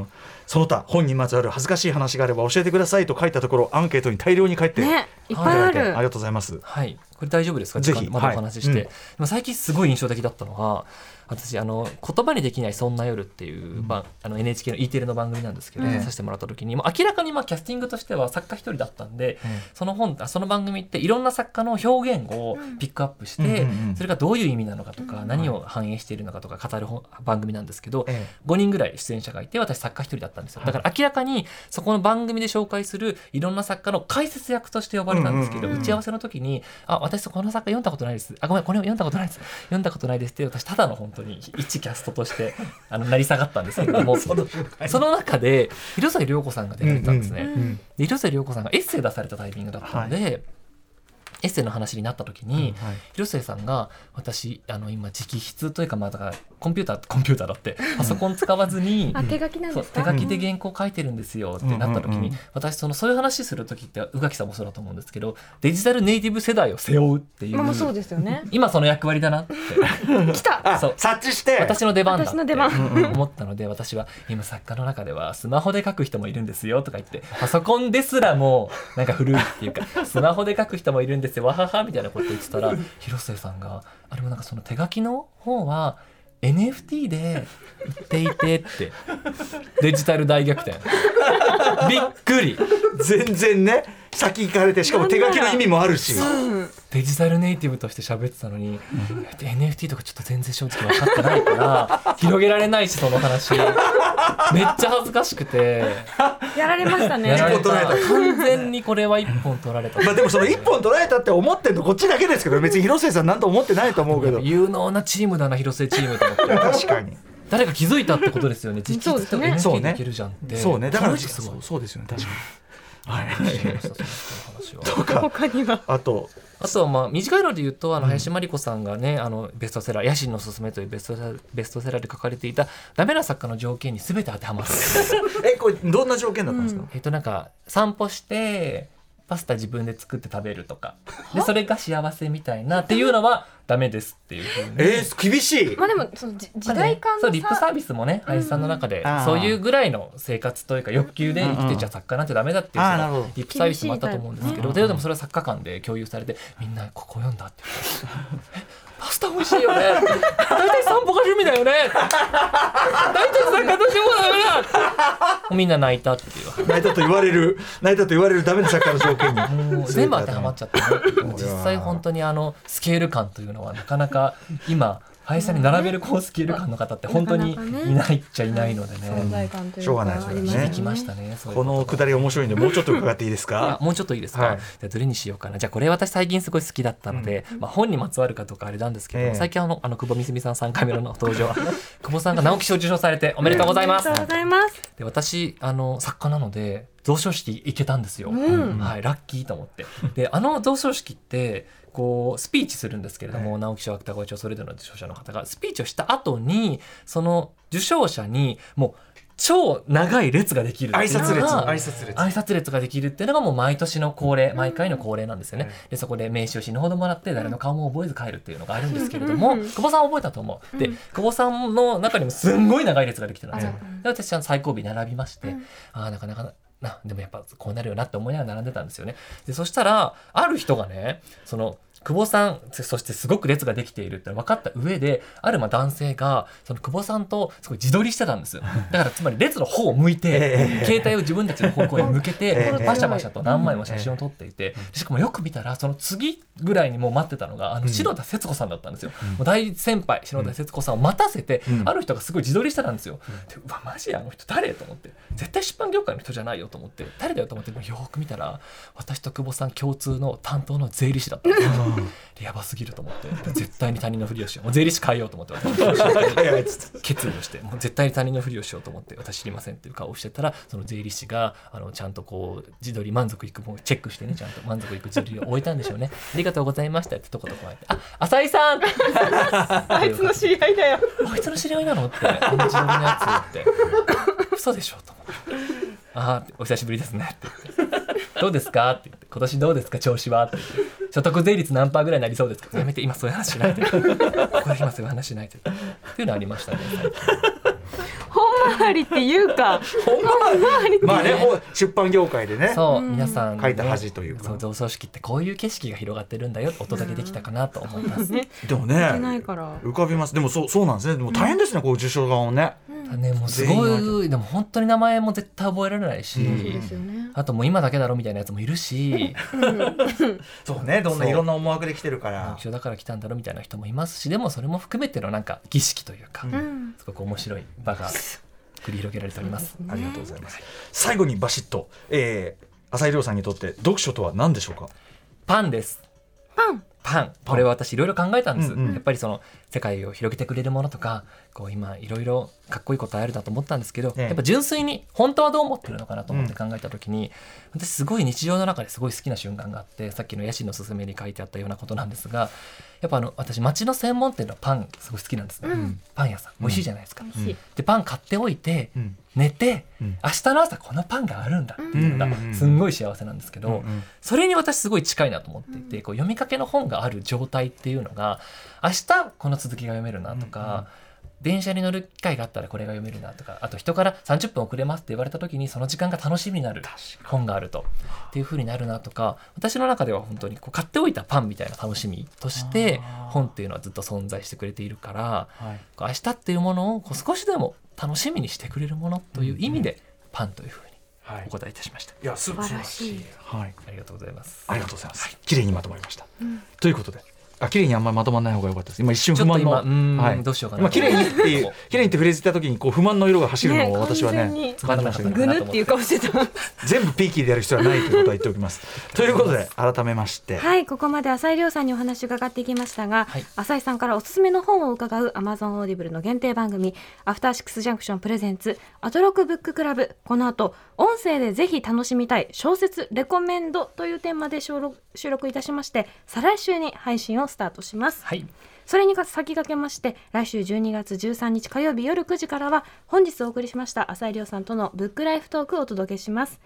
Speaker 2: ん、その他本にまつわる恥ずかしい話があれば教えてくださいと書いたところアンケートに大量に返って
Speaker 3: ねいっぱいある
Speaker 2: ありがとうございます
Speaker 4: はいこれ大丈夫ですか
Speaker 2: ぜ
Speaker 4: 時
Speaker 2: ひ
Speaker 4: 間まだお話しして、
Speaker 2: はいうん
Speaker 4: でも最近すごい印象的だったのが私あの言葉にできない「そんな夜」っていう、まあ、あの NHK の E テレの番組なんですけど、
Speaker 3: うん
Speaker 4: させてもらった時に、まあ、明らかにまあキャスティングとしては作家一人だったんで、
Speaker 2: うん
Speaker 4: その本あその番組っていろんな作家の表現をピックアップして、
Speaker 2: うんうんうん
Speaker 4: それがどういう意味なのかとか、
Speaker 3: うん
Speaker 4: 何を反映しているのかとか語る本番組なんですけど、
Speaker 2: え
Speaker 4: 5人ぐらい出演者がいて私作家1人だったんですよだから明らかにそこの番組で紹介するいろんな作家の解説役として呼ばれたんですけど、
Speaker 2: うん
Speaker 3: うんうん
Speaker 4: 打ち合わせの時に「あ私この作家読んだことないです」あ「ごめんこれ読んだことないです」「読んだことないです」って私ただの本当に一キャストとしてあの成り下がったんですけれどもそのその中で広末涼子さんが出られたんですね。
Speaker 3: うんうん
Speaker 2: うん
Speaker 4: で広末涼子さんがエッセイ出されたタイミングだったので、エッセイの話になった時に、
Speaker 2: はい
Speaker 4: 広末さんが私あの今直筆というかまあだからコンピューターコンピューターだってパソコン使わ ずに
Speaker 3: あ手書きなん
Speaker 4: そ
Speaker 3: で
Speaker 4: う
Speaker 3: すか
Speaker 4: 手書きで原稿書いてるんですよってなった時に、
Speaker 2: うんうんうん
Speaker 4: 私そのそういう話する時って宇垣さんもそうだと思うんですけどデジタルネイティブ世代を背負うっていう,、
Speaker 3: まあまあそうですよね
Speaker 4: 今その役割だなって
Speaker 3: 来た
Speaker 2: あ
Speaker 4: そう
Speaker 2: 察知して
Speaker 4: 私の出番だ
Speaker 3: 私の出番
Speaker 4: って思ったので私は今作家の中ではスマホで書く人もいるんですよとか言ってパソコンですらもうなんか古いっていうかスマホで書く人もいるんですよわははみたいなこと言ってたら広末さんがあれもなんかその手書きの方は NFT で売っていてってデジタル大逆転びっくり
Speaker 2: 全然ね先行かれてしかも手書きの意味もあるし
Speaker 4: デジタルネイティブとして喋ってたのに NFT とかちょっと全然正直分かってないから広げられないしその話めっちゃ恥ずかしくて
Speaker 3: やられましたね
Speaker 4: やられた
Speaker 2: 取られ
Speaker 4: 完全にこれは一本取られた
Speaker 2: まあでもその一本取られたって思ってんのこっちだけですけど別に広末さんなんと思ってないと思うけど
Speaker 4: 有能なチームだな広末チームと思って
Speaker 2: 確かに
Speaker 4: 誰か気づいたってことですよね実
Speaker 3: そう
Speaker 4: 質
Speaker 3: で
Speaker 4: と
Speaker 3: す
Speaker 4: か
Speaker 3: ね
Speaker 4: NFT でいけるじゃんって
Speaker 2: そうねだから
Speaker 4: この人すごい
Speaker 2: そうですよね確かに
Speaker 4: 知りましたその 話は
Speaker 2: とか
Speaker 3: 他には
Speaker 2: あと
Speaker 4: あとはまあ短いので言うとあの林真理子さんがね、あのベストセラー「野心のすすめ」というベストセラーベストセラーで書かれていたダメな作家の条件に全て当て はまるんです
Speaker 2: えこれどんな条件だったんですか
Speaker 4: えっとなんか散歩してパスタ自分で作って食べるとかでそれが幸せみたいなっていうのはダメですっていうふうに。
Speaker 2: えー厳しい
Speaker 3: まあでもそのじ時
Speaker 4: まあね
Speaker 3: 代感
Speaker 4: そう
Speaker 3: の
Speaker 4: リップサービスもね林さんの中で
Speaker 2: あー
Speaker 4: そういうぐらいの生活というか欲求で生きてちゃ作家なんてダメだっていう
Speaker 2: うん
Speaker 4: そ
Speaker 2: あーなるほ
Speaker 4: の
Speaker 2: ど
Speaker 4: リップサービスもあったと思うんですけ
Speaker 2: 厳しいタ
Speaker 4: ど
Speaker 2: イプね
Speaker 4: ででもそれは作家間で共有されてみんなここ読んだって言ってパスタ美味しいよね大体散歩が趣味だよね大体作家としてもダメだみんな泣いたっていう
Speaker 2: 泣いたと言われる泣いたと言われるダメな作家の条件に
Speaker 4: 全部当てはまっちゃ ったね
Speaker 2: は
Speaker 4: 実際本当にあのスケール感というのはなかなか今林さんに並べるこうスケール感の方って本当
Speaker 3: な
Speaker 4: に
Speaker 3: かなかね
Speaker 4: いないっちゃいないので
Speaker 3: 存
Speaker 4: ね
Speaker 3: 在感というか
Speaker 2: しょうがないですよね
Speaker 3: あ
Speaker 4: 響
Speaker 3: り
Speaker 4: きましたね
Speaker 2: このくだり面白いんでもうちょっと伺っていいです
Speaker 4: あ
Speaker 2: か
Speaker 4: もうちょっといいです
Speaker 2: は
Speaker 4: か
Speaker 2: い
Speaker 4: じゃあどれにしようかなじゃあこれ私最近すごい好きだったのでまあ本にまつわるかどうかあれなんですけ
Speaker 2: ええ
Speaker 4: ど最近あのあの久保みすみさん3回目の登場 久保さんが直木賞受賞されておめでとうございま
Speaker 3: あり
Speaker 4: す
Speaker 3: がとうございます
Speaker 4: で私あの作家なので贈賞式行けたんですよ、
Speaker 3: ん
Speaker 4: はい、ラッキーと思ってであの贈賞式ってこうスピーチするんですけれども、直木賞芥川賞それぞれの受賞者の方がスピーチをした後にその受賞者にもう超長い列ができる
Speaker 2: 挨拶列
Speaker 4: が
Speaker 2: 挨拶列
Speaker 4: 挨拶列ができるっていうのがもう毎年の恒例毎回の恒例なんですよね、でそこで名刺を死ぬほどもらって誰の顔も覚えず帰るっていうのがあるんですけれども、
Speaker 3: うん
Speaker 4: 久保さんは覚えたと思う、で久保さんの中にもすんごい長い列ができてたんですよ、
Speaker 3: あそううん
Speaker 4: で私は最後尾並びまして、
Speaker 3: うん
Speaker 4: ああなかなかななでもやっぱこうなるよなって思いながら並んでたんですよねでそしたらある人がねその久保さんそそしてすごく列ができているって分かった上であるまあ男性がその久保さんとすごい自撮りしてたんですよだからつまり列の方を向いて、
Speaker 2: ええ
Speaker 4: 携帯を自分たちの方向へ向けて、
Speaker 2: ええ
Speaker 4: バシャバシャと何枚も写真を撮っていて、しかもよく見たらその次ぐらいにもう待ってたのがあの篠田節子さんだったんですよ、もう大先輩篠田節子さんを待たせて、
Speaker 2: うん
Speaker 4: ある人がすごい自撮りしてたんですよ、でうわマジあの人誰と思って絶対出版業界の人じゃないよと思って誰だよと思ってでもよく見たら私と久保さん共通の担当の税理士だったんですよでやばすぎると思って絶対に他人のふりをしようもう税理士変えようと思って私
Speaker 2: 早いつ
Speaker 4: 決意をしてもう絶対に他人のふりをしようと思って私知りませんっていう顔をしてたらその税理士があのちゃんとこう自撮り満足いくもうチェックしてねちゃんと満足いく自撮りを置いたんでしょうねありがとうございましたって一言加えて「あ浅井さん! 」 あいつの知り合いだよあいつの知り合いなのってあの自撮りのやつって嘘でしょと思って「ああお久しぶりですね」って言って「どうですか?」って言って「今年どうですか調子は?」って言って「所得税率何パーぐらいになりそうですか?」やめて今そういう話しないでここで今そういう話しないでっていうのありましたね最近
Speaker 3: ほん回りっていうか
Speaker 2: ほんま
Speaker 3: 本回りって
Speaker 2: まあね、ほ出版業界でね。
Speaker 4: そう、
Speaker 3: うん
Speaker 4: 皆さん、ね、
Speaker 2: 書いた恥というか
Speaker 4: そう贈賞式ってこういう景色が広がってるんだよお届けできたかなと思います、
Speaker 3: ね
Speaker 2: でも
Speaker 3: いけない
Speaker 2: ね。
Speaker 3: から
Speaker 2: 浮かびます。でもそうそうなんですね。でも大変ですね、こう受賞側もね。
Speaker 4: ねもうす
Speaker 2: 全員
Speaker 4: ごいでも本当に名前も絶対覚えられないし、
Speaker 2: うん
Speaker 3: そうですよね
Speaker 4: あともう今だけだろみたいなやつもいるし
Speaker 2: そうね、どんな
Speaker 4: そう
Speaker 2: いろんな思惑で来てるから。
Speaker 4: 一緒だから来たんだろみたいな人もいますしでもそれも含めてのなんか儀式というか、
Speaker 3: うん
Speaker 4: すごく面白い場が繰り広げられております。
Speaker 2: ありがとうございます。最後にバシッと、えー、浅井亮さんにとって読書とは何でしょうか。
Speaker 4: パンです
Speaker 3: パン
Speaker 4: パンこれは私いろいろ考えたんです、
Speaker 2: うんうん
Speaker 4: やっぱりその世界を広げてくれるものとかこう今いろいろかっこいいことあるなと思ったんですけど、
Speaker 2: ええ
Speaker 4: やっぱ純粋に本当はどう思ってるのかなと思って考えた時に、私すごい日常の中ですごい好きな瞬間があってさっきの「野心のすすめ」に書いてあったようなことなんですがやっぱあの私町の専門店のパンすごい好きなんですね、
Speaker 3: うん
Speaker 4: パン屋さん美味しいじゃないですか。
Speaker 3: 美味しい
Speaker 4: でパン買っておいて、
Speaker 2: うん
Speaker 4: 寝て、
Speaker 2: うん
Speaker 4: 明日の朝このパンがあるんだっていうの
Speaker 2: うん
Speaker 4: が
Speaker 2: うんうん
Speaker 4: すんごい幸せなんですけど、
Speaker 2: うんうん
Speaker 4: それに私すごい近いなと思っていて、こう読みかけの本がある状態っていうのが明日この続きが読めるなとか、電車に乗る機会があったらこれが読めるなとかあと人から30分遅れますって言われた時にその時間が楽しみになる本があるとっていう風になるなとか私の中では本当にこう買っておいたパンみたいな楽しみとして
Speaker 2: あー
Speaker 4: 本っていうのはずっと存在してくれているから。
Speaker 2: はい。
Speaker 4: 明日っていうものをこう少しでも楽しみにしてくれるものという意味でパンというふうに
Speaker 2: はい
Speaker 4: お。答えいたしました。
Speaker 2: いや、す
Speaker 3: 素晴らしい。
Speaker 2: はい。
Speaker 4: ありがとうございます。
Speaker 2: ありがとうございます。綺麗にまとまりました。ということで。あ綺麗にあんまりまとまらない方が良かったです。今一瞬
Speaker 4: ち
Speaker 2: 不
Speaker 4: ょっ
Speaker 2: 満
Speaker 4: と
Speaker 2: の、
Speaker 4: 今うーん
Speaker 2: はい、
Speaker 4: どうしようかな
Speaker 2: 今綺麗にって いう綺麗にってフレーズ言った時にこう不満の色が走るのを
Speaker 3: ね
Speaker 2: 私はね
Speaker 3: 完全に
Speaker 2: 感じましたけど
Speaker 3: ぐぬっていう顔してた
Speaker 2: 全部ピーキーでやる必要はないということは言っておき ます。ということで改めまして、
Speaker 3: はいここまで浅井亮さんにお話伺っていきましたが、
Speaker 4: はい
Speaker 3: 浅井さんからおすすめの本を伺う Amazon オーディブルの限定番組「アフターシックスジャンクションプレゼンツアトロクブッククラブ」この後音声でぜひ楽しみたい小説レコメンドというテーマで収録収録いたしまして再来週に配信をスタートします。
Speaker 4: はい。
Speaker 3: それに先駆けまして来週12月13日火曜日夜9時からは本日お送りしました浅井亮さんとのブックライフトークをお届けします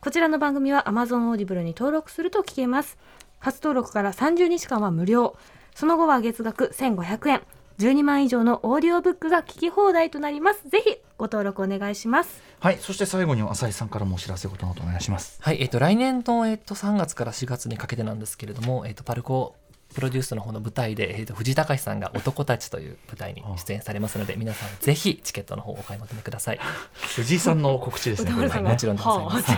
Speaker 3: こちらの番組は Amazon オーディブルに登録すると聞けます初登録から30日間は無料その後は月額1500円12万以上のオーディオブックが聞き放題となりますぜひご登録お願いします
Speaker 2: はい、そして最後に浅井さんからもお知らせことなどお願いします。
Speaker 4: はい、えっ、と来年のえっ、と3月から4月にかけてなんですけれども、えっ、とパルコプロデュースの方の舞台で、えっ、と藤井隆さんが男たちという舞台に出演されますので、皆さんぜひチケットの方お買い求めください。
Speaker 2: 藤井さんの告知ですね。これ
Speaker 3: 歌
Speaker 2: は
Speaker 3: 丸さ
Speaker 2: ね
Speaker 4: も ちろんでございます。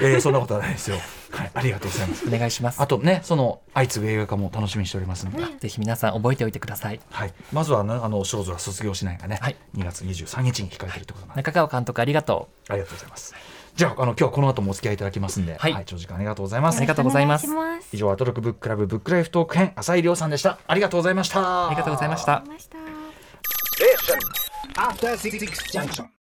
Speaker 2: えーそんなことはないですよ。はい、ありがとうございます。
Speaker 4: お願いします
Speaker 2: あ。とね、その相次ぐ映画化も楽しみにしておりますので、
Speaker 4: ぜひ皆さん覚えておいてください。
Speaker 2: はい、まずはね、あの少女は卒業しないがね、
Speaker 4: はい
Speaker 2: 2月23日に控えてるということなんで、
Speaker 4: 中川監督ありがとう。
Speaker 2: ありがとうございます。じゃあ、あの今日はこの後もお付き合いいただきますんで、
Speaker 4: はい
Speaker 2: 長時間ありがとうございます。
Speaker 4: ありがとうございます
Speaker 3: よろしくお願いし
Speaker 2: 以上、アトロックブッククラブブックライフトーク編、浅井亮さんでした。ありがとうございました。
Speaker 4: ありがとうございました。
Speaker 3: ました
Speaker 5: After Six Junction.